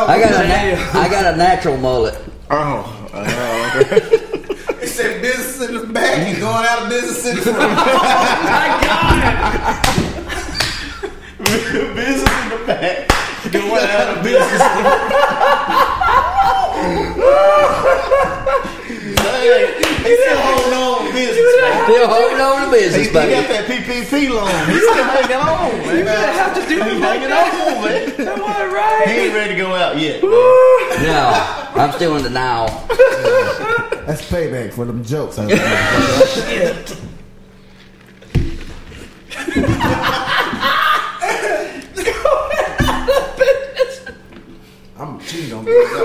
[SPEAKER 8] I got a na- I got a natural mullet.
[SPEAKER 5] Oh,
[SPEAKER 1] He said business in the back. He going out of business in the front. (laughs)
[SPEAKER 8] Still holding on to business, (laughs)
[SPEAKER 5] he got
[SPEAKER 8] baby.
[SPEAKER 5] that PPP loan. He ain't ready to go out yet.
[SPEAKER 8] No, I'm still in denial.
[SPEAKER 5] That's payback for them jokes.
[SPEAKER 8] (laughs)
[SPEAKER 5] I was-
[SPEAKER 1] I'm cheating on business.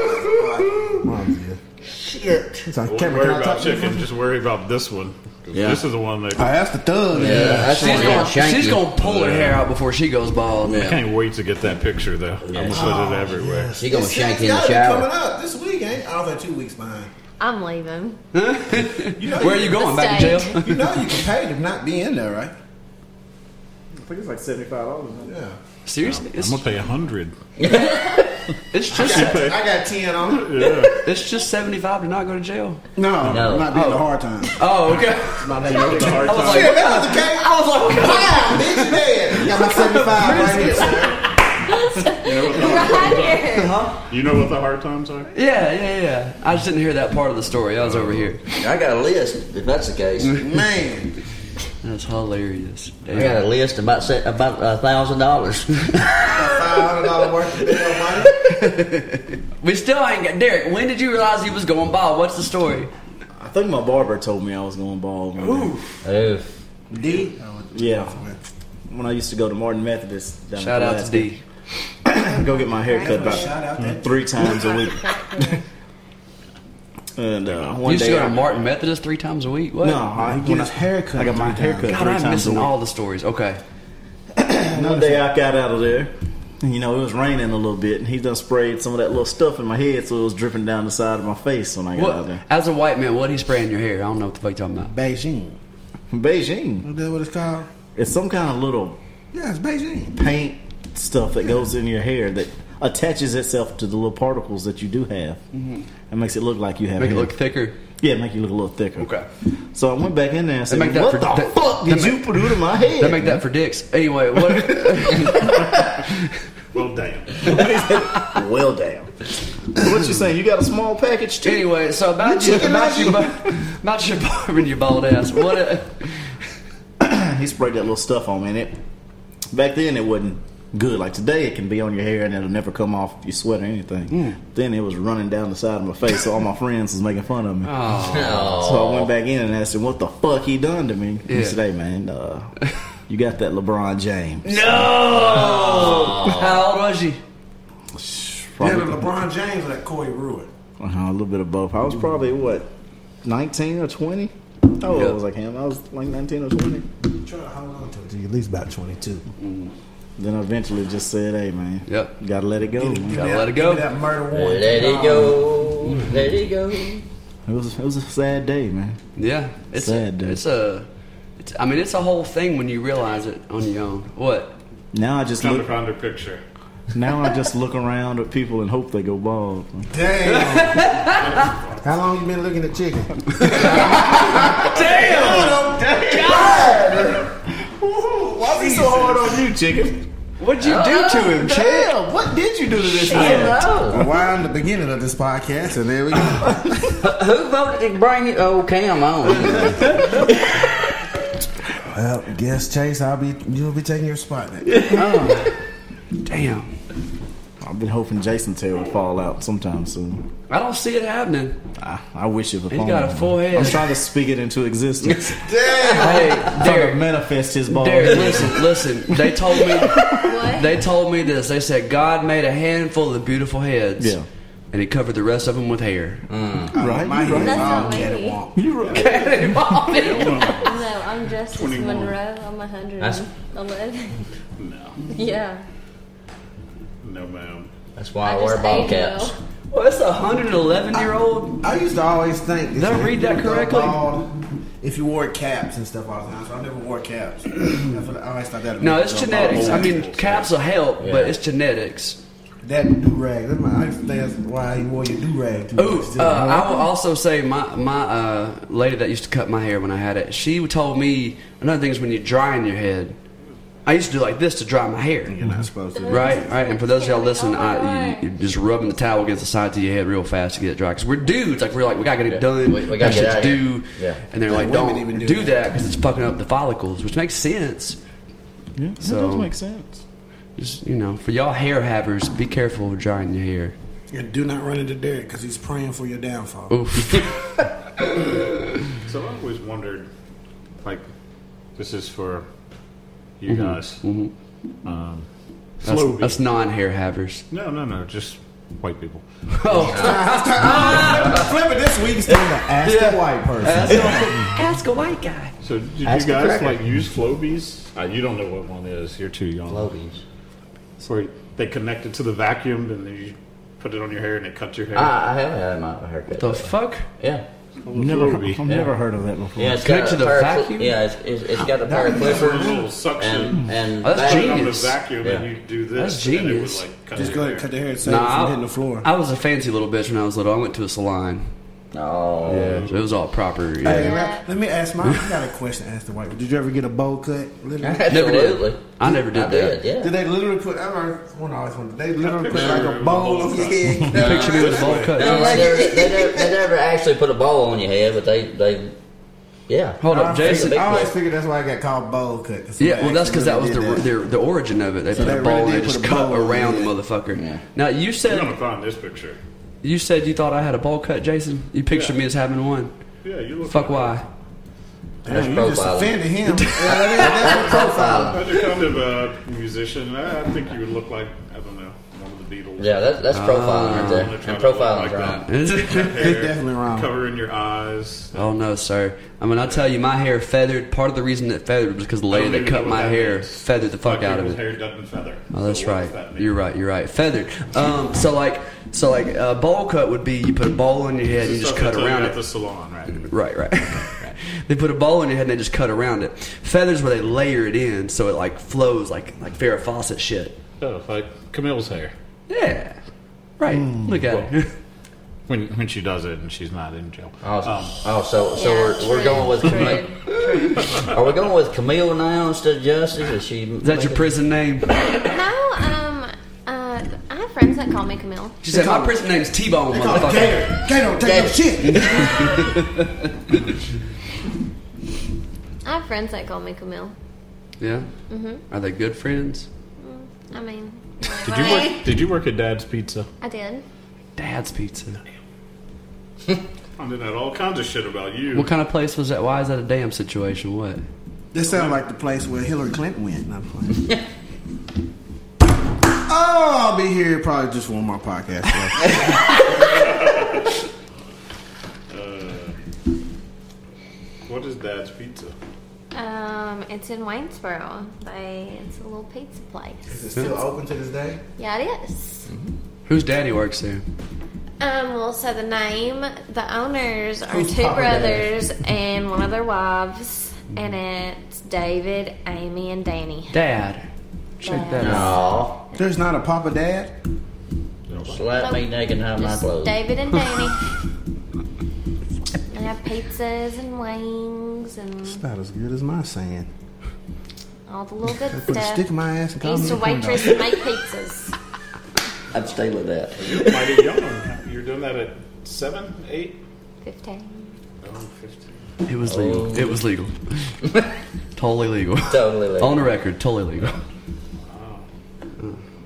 [SPEAKER 5] It's on
[SPEAKER 9] Don't
[SPEAKER 5] camera.
[SPEAKER 9] worry
[SPEAKER 5] Can I
[SPEAKER 9] about
[SPEAKER 5] talk to you?
[SPEAKER 9] chicken. Just worry about this one. 'Cause
[SPEAKER 8] Yeah.
[SPEAKER 9] This is the one they.
[SPEAKER 1] Oh, that's the thug.
[SPEAKER 8] Yeah, that's
[SPEAKER 3] She's
[SPEAKER 8] one of
[SPEAKER 3] gonna,
[SPEAKER 8] them shanky.
[SPEAKER 3] she's gonna pull her hair out before she goes bald. (laughs)
[SPEAKER 8] Yeah.
[SPEAKER 9] Can't wait to get that picture though. I'm gonna put it everywhere.
[SPEAKER 8] She gonna shank you in the
[SPEAKER 1] Gotta be coming
[SPEAKER 8] shower.
[SPEAKER 1] up this week, ain't? I was like two weeks behind.
[SPEAKER 7] I'm leaving. (laughs)
[SPEAKER 3] Where are you going? Back to
[SPEAKER 7] Mistake.
[SPEAKER 3] jail? (laughs)
[SPEAKER 1] You know you can pay to not be in there, right?
[SPEAKER 5] I think it's like seventy-five dollars.
[SPEAKER 1] Yeah.
[SPEAKER 3] Seriously,
[SPEAKER 9] I'm
[SPEAKER 3] it's,
[SPEAKER 9] gonna pay a hundred.
[SPEAKER 3] it's just
[SPEAKER 1] I got ten on it.
[SPEAKER 9] Yeah.
[SPEAKER 3] (laughs) it's just seventy five to not go to jail.
[SPEAKER 1] No,
[SPEAKER 8] No.
[SPEAKER 1] not being a hard time.
[SPEAKER 3] Oh, okay. I was like,
[SPEAKER 1] Shit, that was the case. I was like, wow, bitch, you dead.
[SPEAKER 5] Got my seventy-five right here.
[SPEAKER 7] Right
[SPEAKER 8] (laughs)
[SPEAKER 7] here.
[SPEAKER 9] You know what the hard times are?
[SPEAKER 3] (laughs) yeah, yeah, yeah. I just didn't hear that part of the story. I was over here.
[SPEAKER 8] I got a list. If that's the case,
[SPEAKER 5] Mm.
[SPEAKER 1] Man,
[SPEAKER 3] That's hilarious.
[SPEAKER 8] I got a list about se- about a thousand dollars.
[SPEAKER 1] five hundred dollar worth of bill money.
[SPEAKER 3] We still ain't got Derek. When did you realize you was going bald? What's the story?
[SPEAKER 2] I think my barber told me I was going bald. When
[SPEAKER 8] Oof.
[SPEAKER 1] D.
[SPEAKER 2] Yeah. When I used to go to Martin Methodist. Down in
[SPEAKER 3] Shout out to
[SPEAKER 2] Pulaski,
[SPEAKER 3] D.
[SPEAKER 2] Go get my hair cut
[SPEAKER 1] Shout out
[SPEAKER 2] about
[SPEAKER 1] that-
[SPEAKER 2] three times a week.
[SPEAKER 3] (laughs)
[SPEAKER 2] And uh,
[SPEAKER 3] You
[SPEAKER 2] one
[SPEAKER 3] used to
[SPEAKER 2] day,
[SPEAKER 3] go to
[SPEAKER 2] I-
[SPEAKER 3] Martin Methodist three times a week. What?
[SPEAKER 2] no, I,
[SPEAKER 5] He
[SPEAKER 2] when
[SPEAKER 5] gets
[SPEAKER 2] I-
[SPEAKER 5] haircut
[SPEAKER 2] I got my
[SPEAKER 5] three
[SPEAKER 2] hair
[SPEAKER 5] times.
[SPEAKER 2] cut
[SPEAKER 3] God,
[SPEAKER 2] three
[SPEAKER 3] I'm
[SPEAKER 2] times a
[SPEAKER 3] missing
[SPEAKER 2] week.
[SPEAKER 3] all the stories. Okay.
[SPEAKER 2] One day I got out of there. and, You know, it was raining a little bit, and he done sprayed some of that little stuff in my head, so it was dripping down the side of my face when I got out of
[SPEAKER 3] What,
[SPEAKER 2] there.
[SPEAKER 3] as a white man, what he spraying your hair? I don't know what the fuck you're talking about.
[SPEAKER 1] Beijing.
[SPEAKER 2] Beijing.
[SPEAKER 1] Is that what it's called?
[SPEAKER 2] It's some kind of little
[SPEAKER 1] Yeah, it's Beijing.
[SPEAKER 2] paint stuff that goes in your hair that attaches itself to the little particles that you do have, and makes it look like you have.
[SPEAKER 3] Mm-hmm. Make it
[SPEAKER 2] hair.
[SPEAKER 3] look thicker.
[SPEAKER 2] yeah, make you look a little thicker.
[SPEAKER 3] Okay.
[SPEAKER 2] So I went back in there and said,
[SPEAKER 3] make that
[SPEAKER 2] "What
[SPEAKER 3] for-
[SPEAKER 2] the
[SPEAKER 3] that-
[SPEAKER 2] fuck
[SPEAKER 3] that
[SPEAKER 2] did you do to my head?"
[SPEAKER 3] They make that for dicks.
[SPEAKER 2] (laughs)
[SPEAKER 3] Anyway, what?
[SPEAKER 9] Well, damn.
[SPEAKER 2] well, damn. what you saying? You got a small package too?
[SPEAKER 3] anyway, so about you, about you, about your barber and your bald ass. What? A,
[SPEAKER 2] He sprayed that little stuff on me, and it back then it wasn't good. Like today, it can be on your hair and it'll never come off if you sweat or anything.
[SPEAKER 3] Hmm.
[SPEAKER 2] Then it was running down the side of my face, so all my friends was making fun of me. So I went back in and asked him, "What the fuck he done to me?"
[SPEAKER 3] Oh. Yeah.
[SPEAKER 2] He said, "Hey man, uh, you got that LeBron James."
[SPEAKER 3] how old was you?
[SPEAKER 1] Yeah,
[SPEAKER 2] Probably,
[SPEAKER 1] but LeBron James or that Corey Ruin.
[SPEAKER 2] uh, a little bit of both. I was probably what, nineteen or twenty. Oh, I was like him. I was like nineteen or twenty.
[SPEAKER 1] Try to hold on to it till you're at least about 22.
[SPEAKER 2] Then I eventually just said, "Hey man,
[SPEAKER 3] Yep.
[SPEAKER 2] you gotta let it go." man."
[SPEAKER 3] Gotta let it go.
[SPEAKER 1] That murder warrant.
[SPEAKER 8] Let it go. Let it go.
[SPEAKER 2] It was it was a sad day, man.
[SPEAKER 3] Yeah, it's
[SPEAKER 2] Sad, dude.
[SPEAKER 3] it's a. It's, I mean, it's a whole thing when you realize it on your own. What?
[SPEAKER 2] Now I just
[SPEAKER 9] Time
[SPEAKER 3] (laughs)
[SPEAKER 9] to
[SPEAKER 2] look.
[SPEAKER 9] find her picture.
[SPEAKER 2] Now I just look around at people and hope they go bald.
[SPEAKER 1] Damn. (laughs) How long you been looking at chicken?
[SPEAKER 2] Why is he so hard on you, chicken?
[SPEAKER 3] What'd you do to him, Chad?
[SPEAKER 2] Damn, what did you do to this
[SPEAKER 8] Shit.
[SPEAKER 2] man?
[SPEAKER 5] Rewind the beginning of this podcast, and there we go.
[SPEAKER 8] Who voted to bring it? Oh, Cam on.
[SPEAKER 5] (laughs) well, guess Chase, I'll be you'll be taking your spot. Then.
[SPEAKER 3] Damn.
[SPEAKER 2] I've been hoping Jason Taylor would fall out sometime soon.
[SPEAKER 3] I don't see it happening.
[SPEAKER 2] I, I wish it would.
[SPEAKER 3] He's got a full head.
[SPEAKER 2] I'm trying to speak it into
[SPEAKER 3] (laughs)
[SPEAKER 2] existence.
[SPEAKER 3] Hey,
[SPEAKER 2] trying to
[SPEAKER 3] Derek.
[SPEAKER 2] manifest his ball.
[SPEAKER 3] Derek, listen, listen. They told me
[SPEAKER 7] What?
[SPEAKER 3] they told me this. They said God made a handful of beautiful heads.
[SPEAKER 2] Yeah.
[SPEAKER 3] And he covered the rest of them with hair.
[SPEAKER 2] right?
[SPEAKER 5] My
[SPEAKER 2] You right.
[SPEAKER 5] head,
[SPEAKER 7] That's
[SPEAKER 5] all
[SPEAKER 7] not
[SPEAKER 5] cat and
[SPEAKER 7] me.
[SPEAKER 5] walk.
[SPEAKER 7] No, I'm Justice Monroe. I'm a hundred and eleven.
[SPEAKER 9] No,
[SPEAKER 7] (laughs) Yeah.
[SPEAKER 9] no, ma'am.
[SPEAKER 8] That's why I,
[SPEAKER 7] I
[SPEAKER 8] wear
[SPEAKER 7] just
[SPEAKER 8] ball
[SPEAKER 7] ate well.
[SPEAKER 8] caps.
[SPEAKER 3] Well, that's a 111 year old.
[SPEAKER 5] I used to always think.
[SPEAKER 3] Did I read that correctly?
[SPEAKER 5] if you wore caps and stuff all the time, so I never wore caps. I, feel like I always thought that.
[SPEAKER 3] No, it's genetics. I mean, caps will help,
[SPEAKER 8] Yeah.
[SPEAKER 3] but it's genetics.
[SPEAKER 5] that do rag. That's my. I understand why you wore your do rag.
[SPEAKER 3] Ooh, uh, I will also say my my uh, lady that used to cut my hair when I had it. She told me another thing is when you're drying your head. I used to do like this to dry my hair.
[SPEAKER 5] You're not supposed to.
[SPEAKER 3] Right, right. And for those of y'all listening,
[SPEAKER 7] Oh my
[SPEAKER 3] I,
[SPEAKER 7] God.
[SPEAKER 3] you, you're just rubbing the towel against the sides of your head real fast to get it dry. Because we're dudes. Like, we're like, we got to get it done.
[SPEAKER 8] We- we
[SPEAKER 3] that
[SPEAKER 8] gotta get
[SPEAKER 3] shit's
[SPEAKER 8] out of here.
[SPEAKER 3] due.
[SPEAKER 8] Yeah.
[SPEAKER 3] And they're like,
[SPEAKER 5] women
[SPEAKER 3] don't
[SPEAKER 5] even
[SPEAKER 3] do,
[SPEAKER 5] do
[SPEAKER 3] that because it's fucking up the follicles, which makes sense.
[SPEAKER 2] Yeah, that
[SPEAKER 3] So-
[SPEAKER 2] does make sense.
[SPEAKER 3] Just, you know, for y'all hair havers, be careful with drying your hair.
[SPEAKER 5] And do not run into Derek because he's praying for your downfall.
[SPEAKER 9] So I always wondered, like, this is for you
[SPEAKER 8] Mm-hmm.
[SPEAKER 9] guys. Um,
[SPEAKER 3] That's,
[SPEAKER 9] Floby.
[SPEAKER 3] that's non hair
[SPEAKER 5] (laughs)
[SPEAKER 3] havers. (laughs) Oh,
[SPEAKER 9] no, no, no, just white people.
[SPEAKER 5] Flip it this week instead of ask the white person.
[SPEAKER 3] Ask a white guy.
[SPEAKER 9] So did
[SPEAKER 8] Ask
[SPEAKER 9] you
[SPEAKER 8] the
[SPEAKER 9] guys
[SPEAKER 8] cracker.
[SPEAKER 9] like use Flobies? Uh, you don't know what one is. You're too young.
[SPEAKER 8] Lobies.
[SPEAKER 9] Where they connect it to the vacuum and then you put it on your hair and it cuts your hair.
[SPEAKER 8] I, I have had my haircut.
[SPEAKER 3] The fuck?
[SPEAKER 8] yeah.
[SPEAKER 2] Never, I've
[SPEAKER 9] Flowbee.
[SPEAKER 2] never heard of that before.
[SPEAKER 8] Yeah, it's
[SPEAKER 3] Connect
[SPEAKER 8] got
[SPEAKER 3] to
[SPEAKER 8] a
[SPEAKER 3] the
[SPEAKER 8] pair of cl-
[SPEAKER 3] vacuum?
[SPEAKER 8] Yeah, it's, it's, it's got a pair of
[SPEAKER 9] It's a
[SPEAKER 8] clippers
[SPEAKER 9] little suction.
[SPEAKER 8] and and
[SPEAKER 3] Oh, that's
[SPEAKER 9] Put it on the
[SPEAKER 3] genius.
[SPEAKER 9] vacuum and
[SPEAKER 8] Yeah.
[SPEAKER 9] you do
[SPEAKER 3] That's
[SPEAKER 9] this. and it would,
[SPEAKER 3] genius.
[SPEAKER 9] like, cut
[SPEAKER 5] Just
[SPEAKER 9] your
[SPEAKER 5] go ahead
[SPEAKER 9] hair.
[SPEAKER 5] and cut their hair and save it
[SPEAKER 3] Nah,
[SPEAKER 5] from
[SPEAKER 3] I-
[SPEAKER 5] hitting the floor.
[SPEAKER 3] I was a fancy little bitch when I was little. I went to a salon.
[SPEAKER 8] Oh,
[SPEAKER 3] Yeah. So it was all proper. Yeah.
[SPEAKER 5] Hey, let, let me ask my. I got a question. to Ask the white. Did you ever get a bowl cut? Literally.
[SPEAKER 8] (laughs)
[SPEAKER 3] Never
[SPEAKER 8] absolutely.
[SPEAKER 3] did. I never did
[SPEAKER 8] I
[SPEAKER 3] that.
[SPEAKER 8] did, yeah.
[SPEAKER 5] Did they literally put? I always wonder. I always wonder. They literally put
[SPEAKER 9] picture
[SPEAKER 5] like a
[SPEAKER 9] of
[SPEAKER 5] bowl
[SPEAKER 9] a
[SPEAKER 5] (laughs)
[SPEAKER 9] bowl
[SPEAKER 5] of your head.
[SPEAKER 3] Picture me with a bowl cut.
[SPEAKER 8] No, they, never, they, never, they never actually put a ball on your head, but they, they yeah.
[SPEAKER 3] Hold up, Jason.
[SPEAKER 5] I always figured that's why I got called bowl cut. 'cause
[SPEAKER 3] Yeah,
[SPEAKER 5] somebody
[SPEAKER 3] well, that's because that was
[SPEAKER 5] accidentally
[SPEAKER 3] the,
[SPEAKER 5] did
[SPEAKER 3] the the origin of it. They put
[SPEAKER 5] they
[SPEAKER 3] a ball and
[SPEAKER 5] really
[SPEAKER 3] they
[SPEAKER 5] did
[SPEAKER 3] just
[SPEAKER 5] put a
[SPEAKER 3] cut
[SPEAKER 5] ball in
[SPEAKER 3] around the
[SPEAKER 5] it.
[SPEAKER 3] motherfucker.
[SPEAKER 8] Yeah.
[SPEAKER 3] Now you
[SPEAKER 9] You're gonna
[SPEAKER 3] said
[SPEAKER 9] find this picture.
[SPEAKER 3] you said you thought I had a ball cut, Jason. You pictured
[SPEAKER 9] Yeah.
[SPEAKER 3] me as having one.
[SPEAKER 9] Yeah, you look.
[SPEAKER 3] Fuck
[SPEAKER 9] like-
[SPEAKER 3] why? (laughs)
[SPEAKER 5] Damn, you just
[SPEAKER 8] profiling.
[SPEAKER 5] offended him. Yeah, that is- that's profiling.
[SPEAKER 9] As a kind of a musician, I I think you would look like I don't know one of the Beatles.
[SPEAKER 8] Yeah, that,
[SPEAKER 3] Oh.
[SPEAKER 8] that's profiling right there.
[SPEAKER 9] I'm gonna try
[SPEAKER 8] And
[SPEAKER 9] to look
[SPEAKER 8] profiling
[SPEAKER 9] like
[SPEAKER 8] right.
[SPEAKER 9] that. Hair
[SPEAKER 5] definitely wrong.
[SPEAKER 9] Covering your eyes.
[SPEAKER 3] oh no, sir. I mean, I tell you, my hair feathered. Part of the reason it feathered was because the lady
[SPEAKER 9] I don't
[SPEAKER 3] that
[SPEAKER 9] even
[SPEAKER 3] cut
[SPEAKER 9] know
[SPEAKER 3] my
[SPEAKER 9] what that
[SPEAKER 3] hair
[SPEAKER 9] means.
[SPEAKER 3] feathered the fuck
[SPEAKER 9] Black
[SPEAKER 3] out of
[SPEAKER 9] people's
[SPEAKER 3] it.
[SPEAKER 9] Hair doesn't feather.
[SPEAKER 3] Oh, that's
[SPEAKER 9] So what does that
[SPEAKER 3] right.
[SPEAKER 9] mean?
[SPEAKER 3] You're right. You're right. Feathered. Um, so like, so like, a bowl cut would be you put a bowl on your head and you just
[SPEAKER 9] Stuff
[SPEAKER 3] cut
[SPEAKER 9] they tell you
[SPEAKER 3] around
[SPEAKER 9] at
[SPEAKER 3] it.
[SPEAKER 9] the salon, right?
[SPEAKER 3] Right, (laughs) right. they put a ball in your head and they just cut around it. Feathers where they layer it in so it like flows like like Farrah Fawcett shit.
[SPEAKER 9] Oh, like Camille's hair.
[SPEAKER 3] Yeah. Hmm. Right. Look at (laughs) it.
[SPEAKER 9] When when she does it and she's not in jail. Um,
[SPEAKER 8] Oh, so- oh, so so we're, we're
[SPEAKER 7] true,
[SPEAKER 8] going with Camille.
[SPEAKER 7] true.
[SPEAKER 8] Are we going with Camille now instead of Justice? Is she?
[SPEAKER 3] Is that your prison (laughs) name?
[SPEAKER 7] No, um, uh, I have friends that call me Camille.
[SPEAKER 3] She said, My prison name's T Bone, motherfucker.
[SPEAKER 5] Gator, Gator, don't take no shit.
[SPEAKER 7] I have friends that call me Camille.
[SPEAKER 3] Yeah? Mm-hmm. Are they good friends?
[SPEAKER 7] I mean,
[SPEAKER 9] Did you work? Did you work at Dad's Pizza?
[SPEAKER 7] I did.
[SPEAKER 3] Dad's Pizza.
[SPEAKER 9] Finding out all kinds of shit about you.
[SPEAKER 3] What kind of place was that? Why is that a damn situation? What?
[SPEAKER 5] This sounds like the place where Hillary Clinton went. Not playing.
[SPEAKER 3] (laughs)
[SPEAKER 5] oh, I'll be here probably just one more podcast.
[SPEAKER 3] (laughs)
[SPEAKER 5] left.
[SPEAKER 9] What is Dad's Pizza?
[SPEAKER 7] Um, it's in Waynesboro. They, it's a little pizza place.
[SPEAKER 5] Is it still open to this day?
[SPEAKER 7] Yeah, it is.
[SPEAKER 3] Whose daddy works there?
[SPEAKER 7] Um, well, so the name, the owners are
[SPEAKER 5] Who's
[SPEAKER 7] two
[SPEAKER 5] Papa Dad?
[SPEAKER 7] brothers and one of their wives, and it's David, Amy, and Danny.
[SPEAKER 3] Dad. Check that out.
[SPEAKER 8] No,
[SPEAKER 5] There's not a Papa Dad.
[SPEAKER 8] slap me naked and hide my clothes.
[SPEAKER 7] David and Danny. I have pizzas and wings and
[SPEAKER 5] About as good as my saying.
[SPEAKER 7] all the little good
[SPEAKER 5] Put a stick in
[SPEAKER 7] stuff.
[SPEAKER 5] my ass and
[SPEAKER 7] I
[SPEAKER 5] call
[SPEAKER 7] used
[SPEAKER 5] me
[SPEAKER 7] to
[SPEAKER 5] a corn dog.
[SPEAKER 7] waitress and make pizzas.
[SPEAKER 8] I'd stay with that.
[SPEAKER 9] Mighty young. You're doing that at seven, eight?
[SPEAKER 7] Fifteen.
[SPEAKER 3] It was legal. It was (laughs) legal. totally legal.
[SPEAKER 8] Totally legal.
[SPEAKER 3] On the record, totally legal.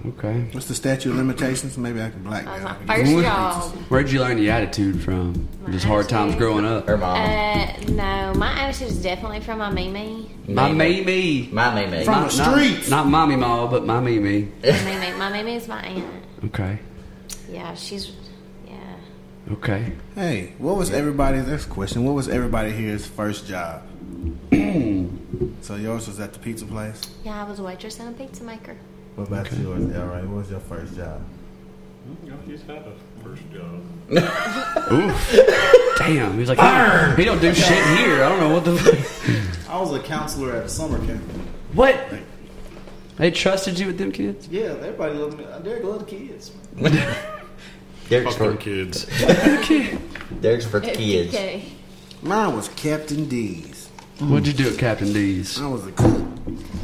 [SPEAKER 3] Okay.
[SPEAKER 5] What's the statute of limitations? Maybe I can black
[SPEAKER 7] That was
[SPEAKER 5] out.
[SPEAKER 7] my first job.
[SPEAKER 3] Where'd you learn the attitude from? Just hard times growing up.
[SPEAKER 8] Her mom.
[SPEAKER 7] Uh, no, my attitude is definitely from my Mimi.
[SPEAKER 3] My Mimi.
[SPEAKER 8] My Mimi.
[SPEAKER 5] From
[SPEAKER 3] Not-
[SPEAKER 5] the streets.
[SPEAKER 3] Not, not mommy ma, but my Mimi.
[SPEAKER 7] My Mimi, my Mimi is my aunt.
[SPEAKER 3] Okay.
[SPEAKER 7] Yeah, she's. Yeah.
[SPEAKER 3] Okay.
[SPEAKER 5] Hey, what was everybody's next question? What was everybody here's first (clears throat) job? so yours was at the pizza place.
[SPEAKER 7] Yeah, I was a waitress and a pizza maker.
[SPEAKER 5] What about yours, Elroy? What was your first job?
[SPEAKER 9] Hmm, He's had a first job.
[SPEAKER 3] Oof. Damn. He's like, he don't do shit here. I don't know what the.
[SPEAKER 2] I was a counselor at a summer camp.
[SPEAKER 3] what? They trusted you with them kids?
[SPEAKER 2] Yeah, everybody loved me. There go the kids. man.
[SPEAKER 8] Derek's
[SPEAKER 9] Fuck them
[SPEAKER 3] (laughs)
[SPEAKER 8] for,
[SPEAKER 9] kids.
[SPEAKER 8] Derek's for kids.
[SPEAKER 7] Okay.
[SPEAKER 5] Mine was Captain D's.
[SPEAKER 3] What'd you do at Captain D's?
[SPEAKER 5] I was a cook.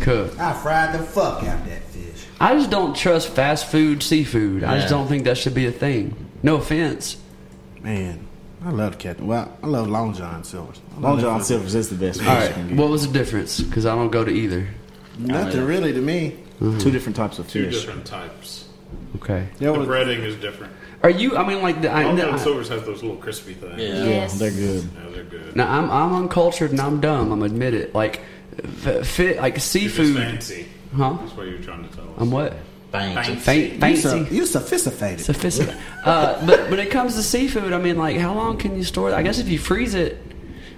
[SPEAKER 3] Cook.
[SPEAKER 5] I fried the fuck out that fish.
[SPEAKER 3] I just don't trust fast food seafood. I just
[SPEAKER 8] Yeah.
[SPEAKER 3] don't think that should be a thing. No offense.
[SPEAKER 5] Man, I loved Captain. Well, I love Long John Silver's. I love
[SPEAKER 10] Long
[SPEAKER 5] that
[SPEAKER 10] John
[SPEAKER 5] fish.
[SPEAKER 10] Silver's is the best. fish
[SPEAKER 3] All
[SPEAKER 10] you
[SPEAKER 3] right.
[SPEAKER 10] can get.
[SPEAKER 3] What was the difference? Because I don't go to either.
[SPEAKER 5] Nothing really to me.
[SPEAKER 10] Two different types of
[SPEAKER 9] Two
[SPEAKER 10] fish.
[SPEAKER 9] different types.
[SPEAKER 3] Okay.
[SPEAKER 5] There
[SPEAKER 9] the
[SPEAKER 5] was,
[SPEAKER 9] breading is different.
[SPEAKER 3] Are you? I mean, like, the, I,
[SPEAKER 9] Long
[SPEAKER 3] no,
[SPEAKER 9] John
[SPEAKER 3] I,
[SPEAKER 9] Silver's has those little crispy things.
[SPEAKER 8] Yeah.
[SPEAKER 10] Yeah,
[SPEAKER 7] Yes.
[SPEAKER 10] they're good.
[SPEAKER 9] Yeah, they're good.
[SPEAKER 3] now I'm I'm uncultured and I'm dumb. I'm admit it. Like, f- fit like
[SPEAKER 9] You're just
[SPEAKER 3] seafood.
[SPEAKER 9] fancy.
[SPEAKER 3] Huh?
[SPEAKER 9] That's what you're trying to tell us.
[SPEAKER 3] I'm what?
[SPEAKER 8] Thanks.
[SPEAKER 3] Faint,
[SPEAKER 5] you,
[SPEAKER 3] fancy.
[SPEAKER 5] so, you sophisticated.
[SPEAKER 3] sophisticated. uh, but when it comes to seafood, I mean, like, how long can you store it? I guess if you freeze it,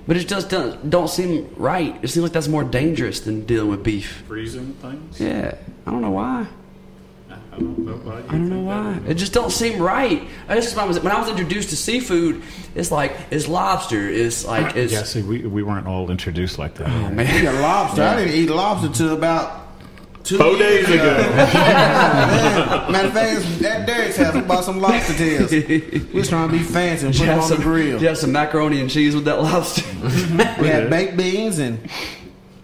[SPEAKER 3] but it just don't, don't seem right. It seems like that's more dangerous than dealing with beef.
[SPEAKER 9] Freezing things?
[SPEAKER 3] Yeah, I don't know why.
[SPEAKER 9] I don't know why. you
[SPEAKER 3] I don't know
[SPEAKER 9] think that.
[SPEAKER 3] why. It just don't seem right. That's just when I was when I was introduced to seafood. It's like it's lobster. It's like it's
[SPEAKER 9] Yeah, see, we, we weren't all introduced like that.
[SPEAKER 5] Yeah,
[SPEAKER 3] Oh, (laughs) man.
[SPEAKER 5] lobster. I didn't eat lobster till about two
[SPEAKER 9] Four
[SPEAKER 5] years
[SPEAKER 3] (laughs)
[SPEAKER 9] days ago.
[SPEAKER 5] Man, matter of fact, at Derek's house, we bought some lobster tails. We
[SPEAKER 3] (laughs)
[SPEAKER 5] was trying to be fancy and
[SPEAKER 3] Did you,
[SPEAKER 5] put them
[SPEAKER 3] have
[SPEAKER 5] on the
[SPEAKER 3] some,
[SPEAKER 5] grill.
[SPEAKER 3] did you have some macaroni and cheese with that (laughs) lobster?
[SPEAKER 5] We had baked beans and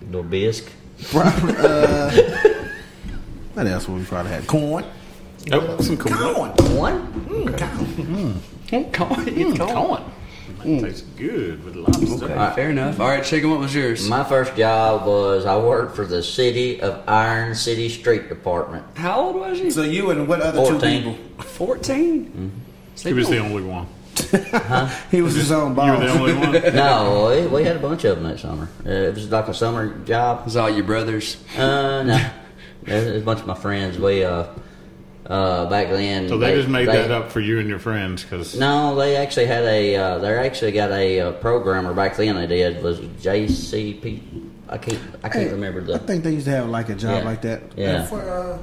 [SPEAKER 8] Little bisque.
[SPEAKER 5] probably, uh, what else would we probably had? Corn.
[SPEAKER 9] oh, some cool.
[SPEAKER 5] Corn.
[SPEAKER 8] One?
[SPEAKER 3] It's going. It's going.
[SPEAKER 9] Tastes good with lobster.
[SPEAKER 3] Mm. Okay, fair enough. All right, chicken. What was yours?
[SPEAKER 8] My first job was I worked for the city of Iron City Street Department.
[SPEAKER 3] How old was you?
[SPEAKER 5] So you and what other two people?
[SPEAKER 8] 14.
[SPEAKER 3] 14
[SPEAKER 9] He was the only one.
[SPEAKER 5] He was his own
[SPEAKER 9] You
[SPEAKER 5] boss.
[SPEAKER 9] were the only
[SPEAKER 8] (laughs)
[SPEAKER 9] one.
[SPEAKER 8] No, we, we had a bunch of them that summer. Uh, it was like a summer job.
[SPEAKER 3] was all your brothers.
[SPEAKER 8] Uh, no. (laughs) There's there's a bunch of my friends. We, uh, uh, back then.
[SPEAKER 9] So they just made
[SPEAKER 8] they-
[SPEAKER 9] that up for you and your friends because
[SPEAKER 8] No, they actually had a. Uh, they actually got a uh, programmer back then. They did was JCP. I can't. I can't remember
[SPEAKER 5] I
[SPEAKER 8] the.
[SPEAKER 5] think they used to have like a job
[SPEAKER 8] Yeah.
[SPEAKER 5] like that.
[SPEAKER 8] Yeah.
[SPEAKER 5] And For, uh,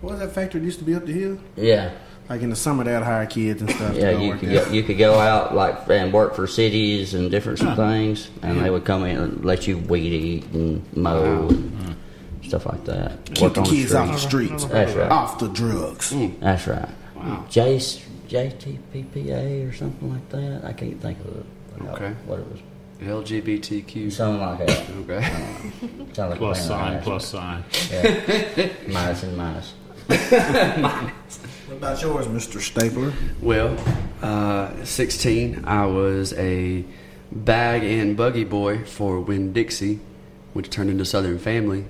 [SPEAKER 5] what was that factory that used to be up the hill?
[SPEAKER 8] Yeah,
[SPEAKER 5] Like in the summer, they'd hire kids and stuff.
[SPEAKER 8] yeah.
[SPEAKER 5] to go
[SPEAKER 8] You
[SPEAKER 5] work
[SPEAKER 8] could
[SPEAKER 5] there.
[SPEAKER 8] go, you could go out like and work for cities and different things, and they would come in and let you weed eat and mow and stuff like that.
[SPEAKER 5] Keep the kids off the Oh. streets,
[SPEAKER 8] That's right.
[SPEAKER 5] off the drugs.
[SPEAKER 8] That's right. Wow. J- JTPPA or something like that. I can't think of it.
[SPEAKER 3] Okay.
[SPEAKER 8] What it was.
[SPEAKER 3] LGBTQ.
[SPEAKER 8] Something like that.
[SPEAKER 3] Okay.
[SPEAKER 8] Sound like
[SPEAKER 9] plus
[SPEAKER 8] a
[SPEAKER 9] sign,
[SPEAKER 8] plan,
[SPEAKER 9] plus sign.
[SPEAKER 8] minus and minus.
[SPEAKER 5] What about yours, Mr. Stapler?
[SPEAKER 3] Well, uh, 16, I was a bag and buggy boy for Winn Dixie, which turned into Southern Family.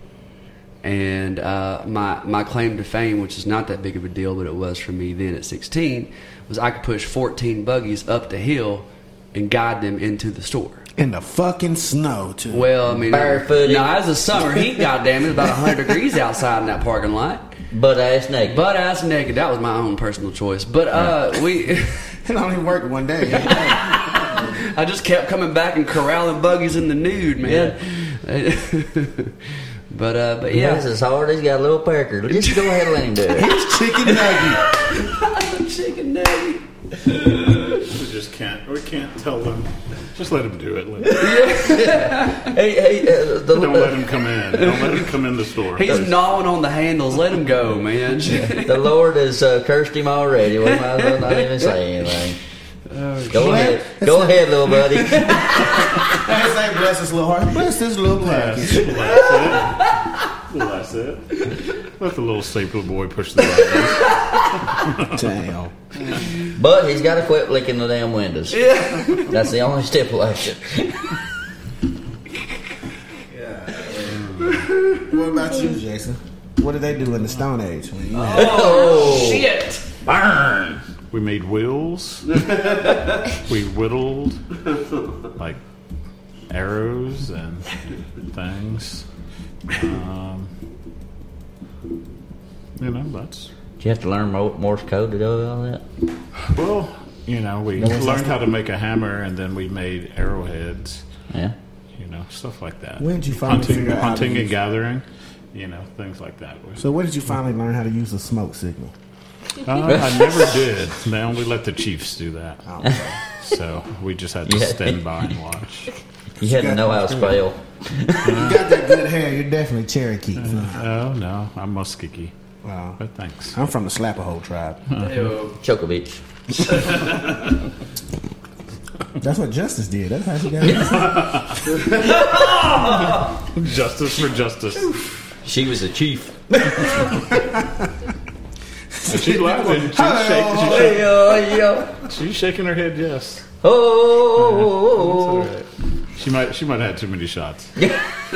[SPEAKER 3] And uh, my, my claim to fame, which is not that big of a deal, but it was for me then at 16, was I could push 14 buggies up the hill and guide them into the store.
[SPEAKER 5] In the fucking snow, too.
[SPEAKER 3] Well, I mean,
[SPEAKER 8] Barefooted.
[SPEAKER 3] No, it was the summer heat. Goddamn, it was about 100 degrees outside in that parking lot.
[SPEAKER 8] But ass naked.
[SPEAKER 3] Butt ass naked. That was my own personal choice. But uh, we, (laughs)
[SPEAKER 5] it only worked one day. (laughs)
[SPEAKER 3] I just kept coming back and corralling buggies in the nude, man. (laughs) but uh, but
[SPEAKER 8] Yeah,
[SPEAKER 3] yeah,
[SPEAKER 8] this is hard. He's got a little pecker. Just go ahead and let him
[SPEAKER 5] (laughs)
[SPEAKER 8] do it.
[SPEAKER 5] It's chicken nugget.
[SPEAKER 3] chicken nugget.
[SPEAKER 9] We just can't. We can't tell them. Just let them do it. Let-
[SPEAKER 8] hey, hey, uh, the,
[SPEAKER 9] Don't let them come in. Don't let them come in the store.
[SPEAKER 3] He's gnawing on the handles. Let him go,
[SPEAKER 8] (laughs)
[SPEAKER 3] man. (laughs)
[SPEAKER 8] the Lord has uh, cursed him already. We might as well not even say anything. go ahead, go ahead, little buddy.
[SPEAKER 5] Let's say bless this little heart. Bless this little black.
[SPEAKER 9] Yes, that's it. Well, that's it. Let the little stapler boy push the button.
[SPEAKER 2] Damn.
[SPEAKER 8] But he's got to quit licking the damn windows. Yeah. That's the only (laughs) stipulation.
[SPEAKER 5] What about you, Jason? Oh. What did they do in the Stone Age? When you had-
[SPEAKER 8] Oh.
[SPEAKER 3] Shit.
[SPEAKER 9] Burn. We made (laughs) wheels. we whittled like arrows and things. Um, you know, that's
[SPEAKER 8] Did you have to learn Mo- Morse code to do all that?
[SPEAKER 9] well. You know, we learned how to make a hammer, and then we made arrowheads.
[SPEAKER 8] Yeah.
[SPEAKER 9] You know, stuff like that.
[SPEAKER 5] When did you finally
[SPEAKER 9] hunting,
[SPEAKER 5] figure out how to
[SPEAKER 9] hunting and
[SPEAKER 5] use-
[SPEAKER 9] gathering? You know, things like that. Uh, We-
[SPEAKER 5] So when did you finally learn how to use a smoke signal?
[SPEAKER 9] Uh, I
[SPEAKER 5] (laughs)
[SPEAKER 9] never did. They only let the Chiefs do that.
[SPEAKER 5] Oh.
[SPEAKER 9] So we just had to
[SPEAKER 8] Yeah.
[SPEAKER 9] stand by and watch.
[SPEAKER 8] You had to know how to spell.
[SPEAKER 5] You got that good hair. You're definitely Cherokee.
[SPEAKER 9] Oh no, I'm Muskogee.
[SPEAKER 5] Wow.
[SPEAKER 9] But thanks.
[SPEAKER 5] (laughs) I'm from the Slapahoe tribe.
[SPEAKER 8] Choke a bitch.
[SPEAKER 5] That's what Justice did. That's how she got it.
[SPEAKER 9] Justice
[SPEAKER 5] (laughs)
[SPEAKER 9] for justice.
[SPEAKER 8] She was a chief.
[SPEAKER 9] And she laughing. She's shaking, she's, shaking,
[SPEAKER 8] Yeah, yeah.
[SPEAKER 9] she's shaking her head. Yes.
[SPEAKER 8] Oh.
[SPEAKER 9] That's all right. She might. She might have had too many shots.
[SPEAKER 7] Yeah. (laughs)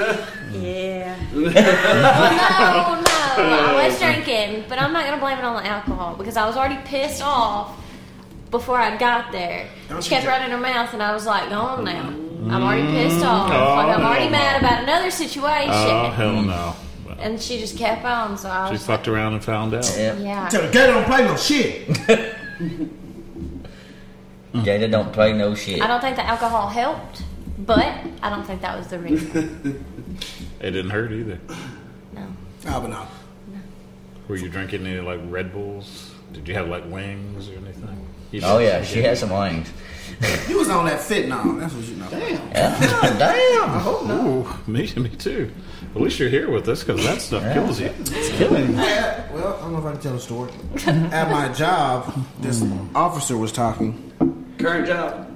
[SPEAKER 7] no, no. I was drinking, but I'm not going to blame it on the alcohol because I was already pissed off before I got there. she kept running her mouth, and I was like, go on now. I'm already pissed off.
[SPEAKER 9] Oh,
[SPEAKER 7] like, I'm already
[SPEAKER 9] hell
[SPEAKER 7] mad
[SPEAKER 9] no.
[SPEAKER 7] about another situation.
[SPEAKER 9] Oh hell no.
[SPEAKER 7] and she just kept on, so I
[SPEAKER 9] She
[SPEAKER 7] was
[SPEAKER 9] fucked around and found out.
[SPEAKER 8] Yeah.
[SPEAKER 7] yeah.
[SPEAKER 5] So the guy don't play no shit.
[SPEAKER 8] Jada don't play no shit.
[SPEAKER 7] I don't think the alcohol helped, but I don't think that was the reason.
[SPEAKER 9] It didn't hurt either.
[SPEAKER 7] No.
[SPEAKER 5] Oh, but no.
[SPEAKER 9] Were you drinking any like Red Bulls? Did you have like wings or anything? You
[SPEAKER 8] Oh
[SPEAKER 9] did.
[SPEAKER 8] yeah, she had some wings.
[SPEAKER 5] You was on that fentanyl. That's what you know. (laughs)
[SPEAKER 8] Yeah. Damn.
[SPEAKER 9] Ooh, me, me too. At least you're here with us because that stuff kills you.
[SPEAKER 5] Yeah, well, I don't know if I can tell the story. At my job, this officer was talking
[SPEAKER 3] Current job.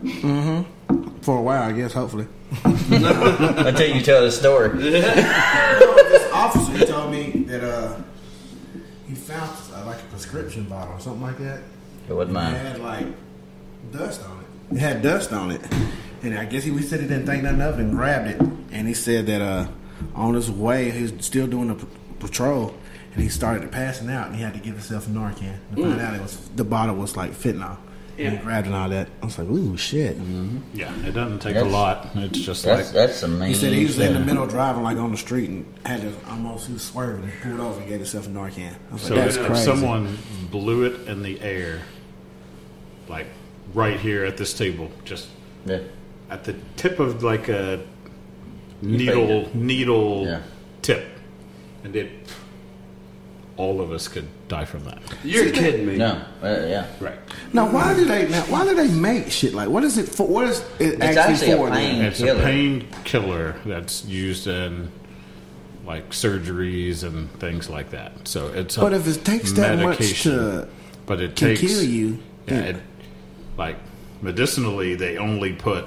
[SPEAKER 5] for a while, I guess, hopefully.
[SPEAKER 8] Until you tell the story.
[SPEAKER 5] this officer he told me that uh, he found uh, like a prescription bottle or something like that.
[SPEAKER 8] It wasn't
[SPEAKER 5] It
[SPEAKER 8] mine.
[SPEAKER 5] had like dust on it. It had dust on it. And I guess he we said he didn't think nothing of it and grabbed it. And he said that uh, on his way, he was still doing a p- patrol. And he started passing out, and he had to give himself Narcan. And found out it was the bottle was like fentanyl. And he grabbed it and all that. I was like, ooh, shit.
[SPEAKER 9] Yeah, it doesn't take a
[SPEAKER 8] That's-
[SPEAKER 9] lot. It's just
[SPEAKER 8] That's
[SPEAKER 9] like
[SPEAKER 8] that's some mean.
[SPEAKER 5] He said he was in the
[SPEAKER 8] shit.
[SPEAKER 5] middle driving, like on the street, and had to almost he was swerving, and pulled over, and gave himself a Narcan. I was
[SPEAKER 9] so.
[SPEAKER 5] like, that's
[SPEAKER 9] if
[SPEAKER 5] crazy.
[SPEAKER 9] someone blew it in the air, like right here at this table, just
[SPEAKER 8] Yeah.
[SPEAKER 9] at the tip of like a needle needle
[SPEAKER 8] Yeah.
[SPEAKER 9] tip, and it all of us could die from that.
[SPEAKER 3] You're kidding me.
[SPEAKER 8] No. Uh, yeah.
[SPEAKER 9] Right.
[SPEAKER 5] Now, why do they? Now, why do they make shit like? What is it for? What is it
[SPEAKER 8] It's
[SPEAKER 5] actually,
[SPEAKER 8] actually a
[SPEAKER 5] for? then?
[SPEAKER 8] pain
[SPEAKER 9] It's
[SPEAKER 8] killer.
[SPEAKER 9] a painkiller that's used in like surgeries and things like that. So it's a
[SPEAKER 5] But if it takes that much
[SPEAKER 9] medication,
[SPEAKER 5] to-
[SPEAKER 9] but it
[SPEAKER 5] can
[SPEAKER 9] takes,
[SPEAKER 5] kill you,
[SPEAKER 9] Yeah,
[SPEAKER 5] then-
[SPEAKER 9] It, like medicinally, they only put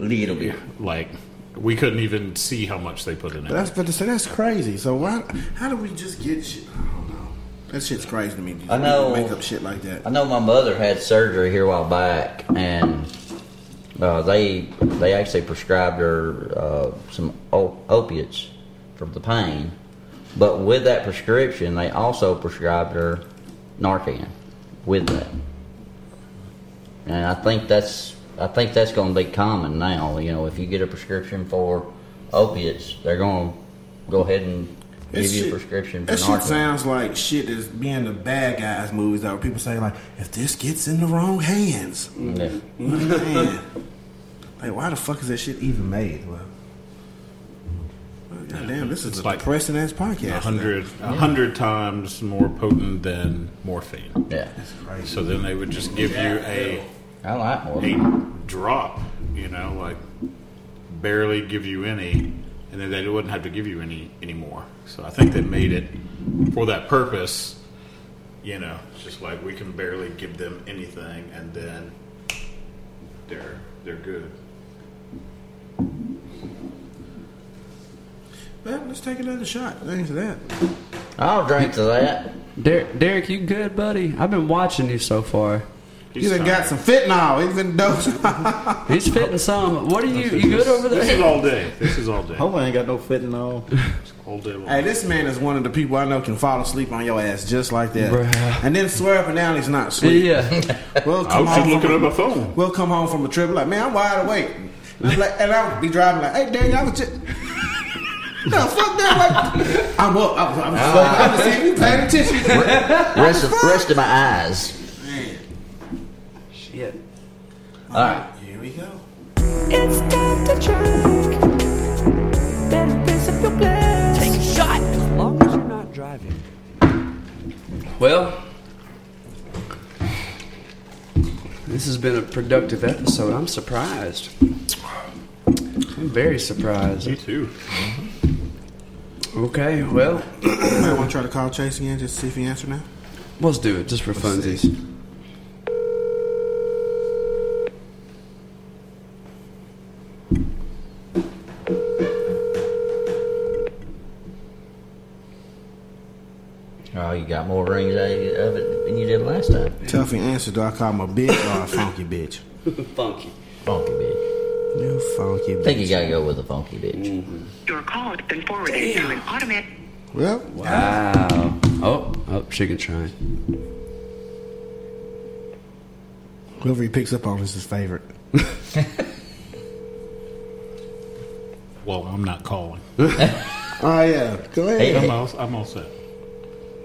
[SPEAKER 8] Little bit.
[SPEAKER 9] like we couldn't even see how much they put in it.
[SPEAKER 5] But That's but to say that's crazy. So why? How do we just get shit? I don't know. That shit's crazy to me.
[SPEAKER 8] I know.
[SPEAKER 5] Make up shit like that.
[SPEAKER 8] I know my mother had surgery here a while back, and uh, they they actually prescribed her uh, some o- opiates for the pain. But with that prescription, they also prescribed her Narcan with that. And I think that's I think that's going to be common now. You know, if you get a prescription for opiates, they're going to go ahead and give
[SPEAKER 5] That
[SPEAKER 8] you a
[SPEAKER 5] shit-
[SPEAKER 8] prescription for
[SPEAKER 5] That shit
[SPEAKER 8] Narcan.
[SPEAKER 5] sounds like shit is being the bad guys movies that where people say like, if this gets in the wrong hands,
[SPEAKER 8] Yeah.
[SPEAKER 5] man, like why the fuck is that shit even made? Well, goddamn, this is
[SPEAKER 9] It's
[SPEAKER 5] a
[SPEAKER 9] like
[SPEAKER 5] depressing ass podcast.
[SPEAKER 9] A hundred, a hundred times more potent than morphine.
[SPEAKER 8] Yeah,
[SPEAKER 9] So then they would just give you a
[SPEAKER 8] I like more.
[SPEAKER 9] a drop, you know, like barely give you any, and then they wouldn't have to give you any anymore. So I think they made it for that purpose. You know, it's just like we can barely give them anything, and then they're they're good.
[SPEAKER 5] Well, let's take another shot. Thanks for that.
[SPEAKER 8] I'll drink to that.
[SPEAKER 3] Der- Derek, you good, buddy? I've been watching you so far.
[SPEAKER 5] He's done got some fentanyl. He's been dosed.
[SPEAKER 3] He's fitting some. What are you? You good over
[SPEAKER 9] This
[SPEAKER 8] (laughs)
[SPEAKER 9] is
[SPEAKER 3] there?
[SPEAKER 9] all day. This is all day.
[SPEAKER 2] Hope I ain't got no fentanyl.
[SPEAKER 9] All day long.
[SPEAKER 5] (laughs) Oh. hey, this man is one of the people I know can fall asleep on your ass just like that,
[SPEAKER 3] Bruh.
[SPEAKER 5] and then swear up and down he's not asleep.
[SPEAKER 8] (laughs)
[SPEAKER 3] Yeah.
[SPEAKER 5] We'll
[SPEAKER 9] I
[SPEAKER 5] come
[SPEAKER 9] was just
[SPEAKER 5] home.
[SPEAKER 9] looking
[SPEAKER 5] From,
[SPEAKER 9] at my phone.
[SPEAKER 5] we'll come home from a trip like, man, I'm wide awake. And I'm like, and I would be driving like, hey, Daniel, I was (laughs) just. No, fuck that. Like, I'm up. I'm, I'm, I'm, I'm just you paying attention.
[SPEAKER 8] Rest of, rest of my eyes.
[SPEAKER 3] Shit.
[SPEAKER 8] All right.
[SPEAKER 5] Here we go.
[SPEAKER 11] It's time to drink. Better piss up your plans. Take a shot.
[SPEAKER 3] As long as you're not driving. Well, this has been a productive episode. I'm surprised. I'm very surprised.
[SPEAKER 9] Me too.
[SPEAKER 3] Okay, well,
[SPEAKER 5] I want to try to call Chase again just to see if he answered now.
[SPEAKER 3] let's do it just for funsies.
[SPEAKER 8] Oh, you got more rings out of it than you did last time.
[SPEAKER 5] Tell if he answered, do I call him a bitch or a funky bitch?
[SPEAKER 3] Funky.
[SPEAKER 8] Funky bitch.
[SPEAKER 5] You funky
[SPEAKER 8] I
[SPEAKER 5] bitch.
[SPEAKER 8] think you gotta go with the funky bitch.
[SPEAKER 6] Your call has been forwarded to an automatic.
[SPEAKER 5] Well,
[SPEAKER 3] Wow. Oh, oh, she can try.
[SPEAKER 5] whoever he picks up on is his favorite.
[SPEAKER 9] Well, I'm not calling.
[SPEAKER 5] Oh, yeah. Go ahead.
[SPEAKER 8] Hey,
[SPEAKER 9] I'm
[SPEAKER 8] hey,
[SPEAKER 9] all, I'm all set.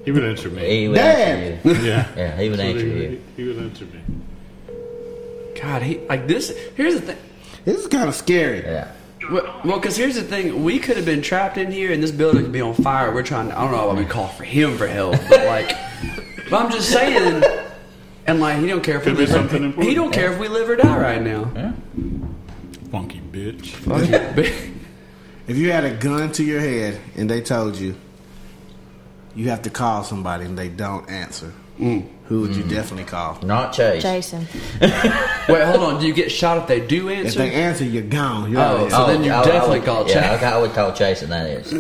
[SPEAKER 9] He would answer me.
[SPEAKER 8] he would
[SPEAKER 5] Dad!
[SPEAKER 8] answer you.
[SPEAKER 9] Yeah.
[SPEAKER 8] Yeah, he would answer you.
[SPEAKER 9] He would answer me.
[SPEAKER 3] God, he like this. Here's the thing.
[SPEAKER 5] This is kind of scary.
[SPEAKER 8] Yeah.
[SPEAKER 3] Well, well, because here's the thing: we could have been trapped in here, and this building could be on fire. We're trying. To, I don't know why we call for him for help, but like, but I'm just saying. And like, he don't care if
[SPEAKER 9] Could
[SPEAKER 3] we
[SPEAKER 9] be
[SPEAKER 3] live. or-
[SPEAKER 9] something important.
[SPEAKER 3] He don't care if we live or die right
[SPEAKER 8] (laughs)
[SPEAKER 3] now.
[SPEAKER 9] Funky (laughs) bitch.
[SPEAKER 3] Fuck it.
[SPEAKER 5] If you had a gun to your head and they told you you have to call somebody and they don't answer,
[SPEAKER 9] Mm.
[SPEAKER 5] who would you definitely call?
[SPEAKER 8] Not Chase.
[SPEAKER 7] Jason.
[SPEAKER 3] Wait, hold on. Do you get shot if they do
[SPEAKER 5] If
[SPEAKER 3] answer?
[SPEAKER 5] they answer, you're gone. You're
[SPEAKER 3] Oh,
[SPEAKER 5] out of here.
[SPEAKER 3] So then you definitely
[SPEAKER 8] would,
[SPEAKER 3] call
[SPEAKER 8] Yeah,
[SPEAKER 3] Chase.
[SPEAKER 8] I would call Chase, and that is.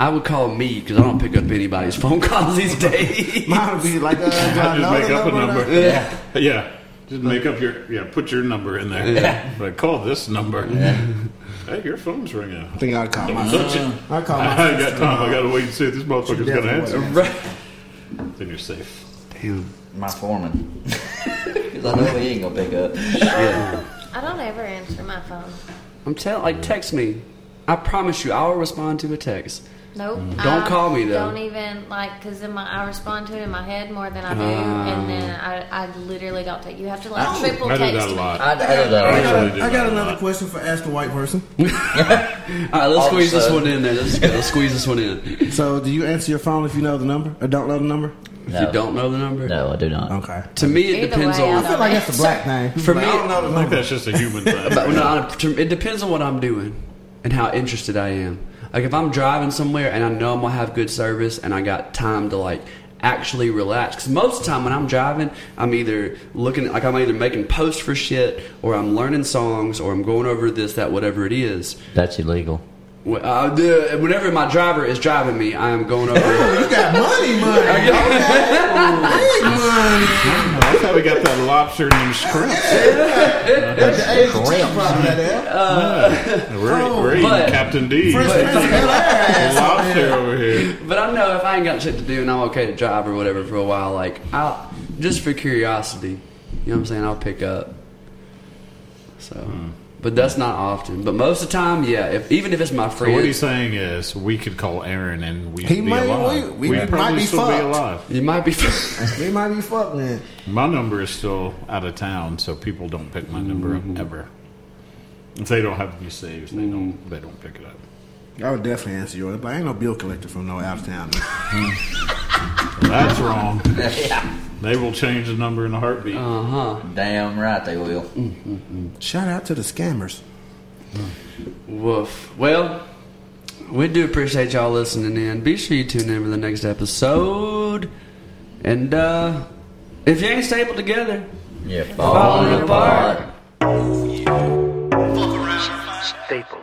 [SPEAKER 3] I would call me because I don't pick up anybody's (laughs) phone calls
[SPEAKER 8] (laughs)
[SPEAKER 3] these days.
[SPEAKER 5] (laughs) Mine would be like,
[SPEAKER 9] (laughs)
[SPEAKER 5] uh, do I
[SPEAKER 9] I
[SPEAKER 5] know
[SPEAKER 9] just make
[SPEAKER 5] the
[SPEAKER 9] up a number.
[SPEAKER 5] or not?
[SPEAKER 9] Yeah. Yeah. Just make up your yeah. Put your number in there. Yeah. But call this number. Hey, your phone's ringing.
[SPEAKER 5] I think I'd call my.
[SPEAKER 9] Don't you-
[SPEAKER 5] I'd
[SPEAKER 9] (laughs)
[SPEAKER 5] call my.
[SPEAKER 9] Uh, I ain't got time. I gotta wait and see if this motherfucker's gonna
[SPEAKER 5] definitely
[SPEAKER 9] answer.
[SPEAKER 5] wouldn't
[SPEAKER 3] Right.
[SPEAKER 9] Then you're safe.
[SPEAKER 3] Damn.
[SPEAKER 8] My foreman. (laughs) 'Cause I know he ain't gonna pick up.
[SPEAKER 7] I don't ever answer my phone.
[SPEAKER 3] (laughs) I'm telling. Like, text me. I promise you, I'll respond to a text.
[SPEAKER 7] Nope.
[SPEAKER 3] Don't
[SPEAKER 7] I
[SPEAKER 3] call me, though.
[SPEAKER 7] Don't even like because then my, I respond to it in my head more than I do,
[SPEAKER 3] Ah.
[SPEAKER 7] and then I, I literally don't take. You have to like triple
[SPEAKER 9] I do
[SPEAKER 7] text
[SPEAKER 9] that a
[SPEAKER 7] me.
[SPEAKER 9] lot.
[SPEAKER 8] I, I know
[SPEAKER 5] I
[SPEAKER 8] that.
[SPEAKER 5] got, I got another question for Ask the White
[SPEAKER 9] (laughs)
[SPEAKER 5] Person.
[SPEAKER 3] All right, let's
[SPEAKER 8] All of a
[SPEAKER 3] squeeze this
[SPEAKER 8] sudden.
[SPEAKER 3] one in there. Let's, let's squeeze this one in.
[SPEAKER 5] So, do you answer your phone if you know the number or don't know the number?
[SPEAKER 3] If
[SPEAKER 8] (laughs) No.
[SPEAKER 3] you don't know the number,
[SPEAKER 8] No, I do not.
[SPEAKER 5] Okay.
[SPEAKER 3] to me it
[SPEAKER 7] Either
[SPEAKER 3] depends
[SPEAKER 7] way, I
[SPEAKER 3] on.
[SPEAKER 5] I feel like that's a black thing.
[SPEAKER 3] For me,
[SPEAKER 5] Like, I don't know the
[SPEAKER 9] I think (laughs)
[SPEAKER 5] number.
[SPEAKER 9] that's just a human thing.
[SPEAKER 3] But no, I- to- it depends on what I'm doing and how interested I am. Like if I'm driving somewhere and I know I'm gonna have good service and I got time to like actually relax. Because most of the time when I'm driving, I'm either looking like I'm either making posts for shit or I'm learning songs or I'm going over this that whatever it is.
[SPEAKER 8] That's illegal.
[SPEAKER 3] Wh- uh, the- Whenever my driver is driving me, I am going over.
[SPEAKER 5] (laughs) You
[SPEAKER 3] (laughs)
[SPEAKER 5] got money, money.
[SPEAKER 9] That's how we got that lobster and them shrimps.
[SPEAKER 5] That's the Asian chick problem, that is.
[SPEAKER 9] We're,
[SPEAKER 5] Oh.
[SPEAKER 9] we're eating
[SPEAKER 3] But-
[SPEAKER 9] Captain D.
[SPEAKER 3] (laughs)
[SPEAKER 9] lobster over here.
[SPEAKER 3] But I know if I ain't got shit to do and I'm okay to drive or whatever for a while, like I'll just for curiosity, you know what I'm saying? I'll pick up. So,
[SPEAKER 9] Hmm.
[SPEAKER 3] but that's not often. But most of the time, yeah. If even if it's my
[SPEAKER 9] So
[SPEAKER 3] friend,
[SPEAKER 9] what he's saying is, we could call Aaron and we'd
[SPEAKER 5] He
[SPEAKER 9] be
[SPEAKER 5] might-
[SPEAKER 9] alive.
[SPEAKER 5] we- we
[SPEAKER 9] would
[SPEAKER 5] might
[SPEAKER 9] probably
[SPEAKER 5] be
[SPEAKER 9] still
[SPEAKER 5] fucked.
[SPEAKER 9] be alive.
[SPEAKER 3] you might be. (laughs)
[SPEAKER 5] (laughs) They might be fucked, man.
[SPEAKER 9] My number is still out of town, so people don't pick my number up ever. If they don't have me saved, they don't. They don't pick it up.
[SPEAKER 5] I would definitely answer yours, but I ain't no bill collector from no out of town.
[SPEAKER 9] That's wrong.
[SPEAKER 8] yeah.
[SPEAKER 9] They will change the number in a heartbeat.
[SPEAKER 3] uh huh.
[SPEAKER 8] Damn right they will.
[SPEAKER 3] Mm.
[SPEAKER 5] Shout out to the scammers.
[SPEAKER 3] Woof. Well, we do appreciate y'all listening in. Be sure you tune in for the next episode. And uh if you ain't stapled together,
[SPEAKER 8] Yeah.
[SPEAKER 3] Falling apart.
[SPEAKER 6] Fuck around.
[SPEAKER 4] Staple.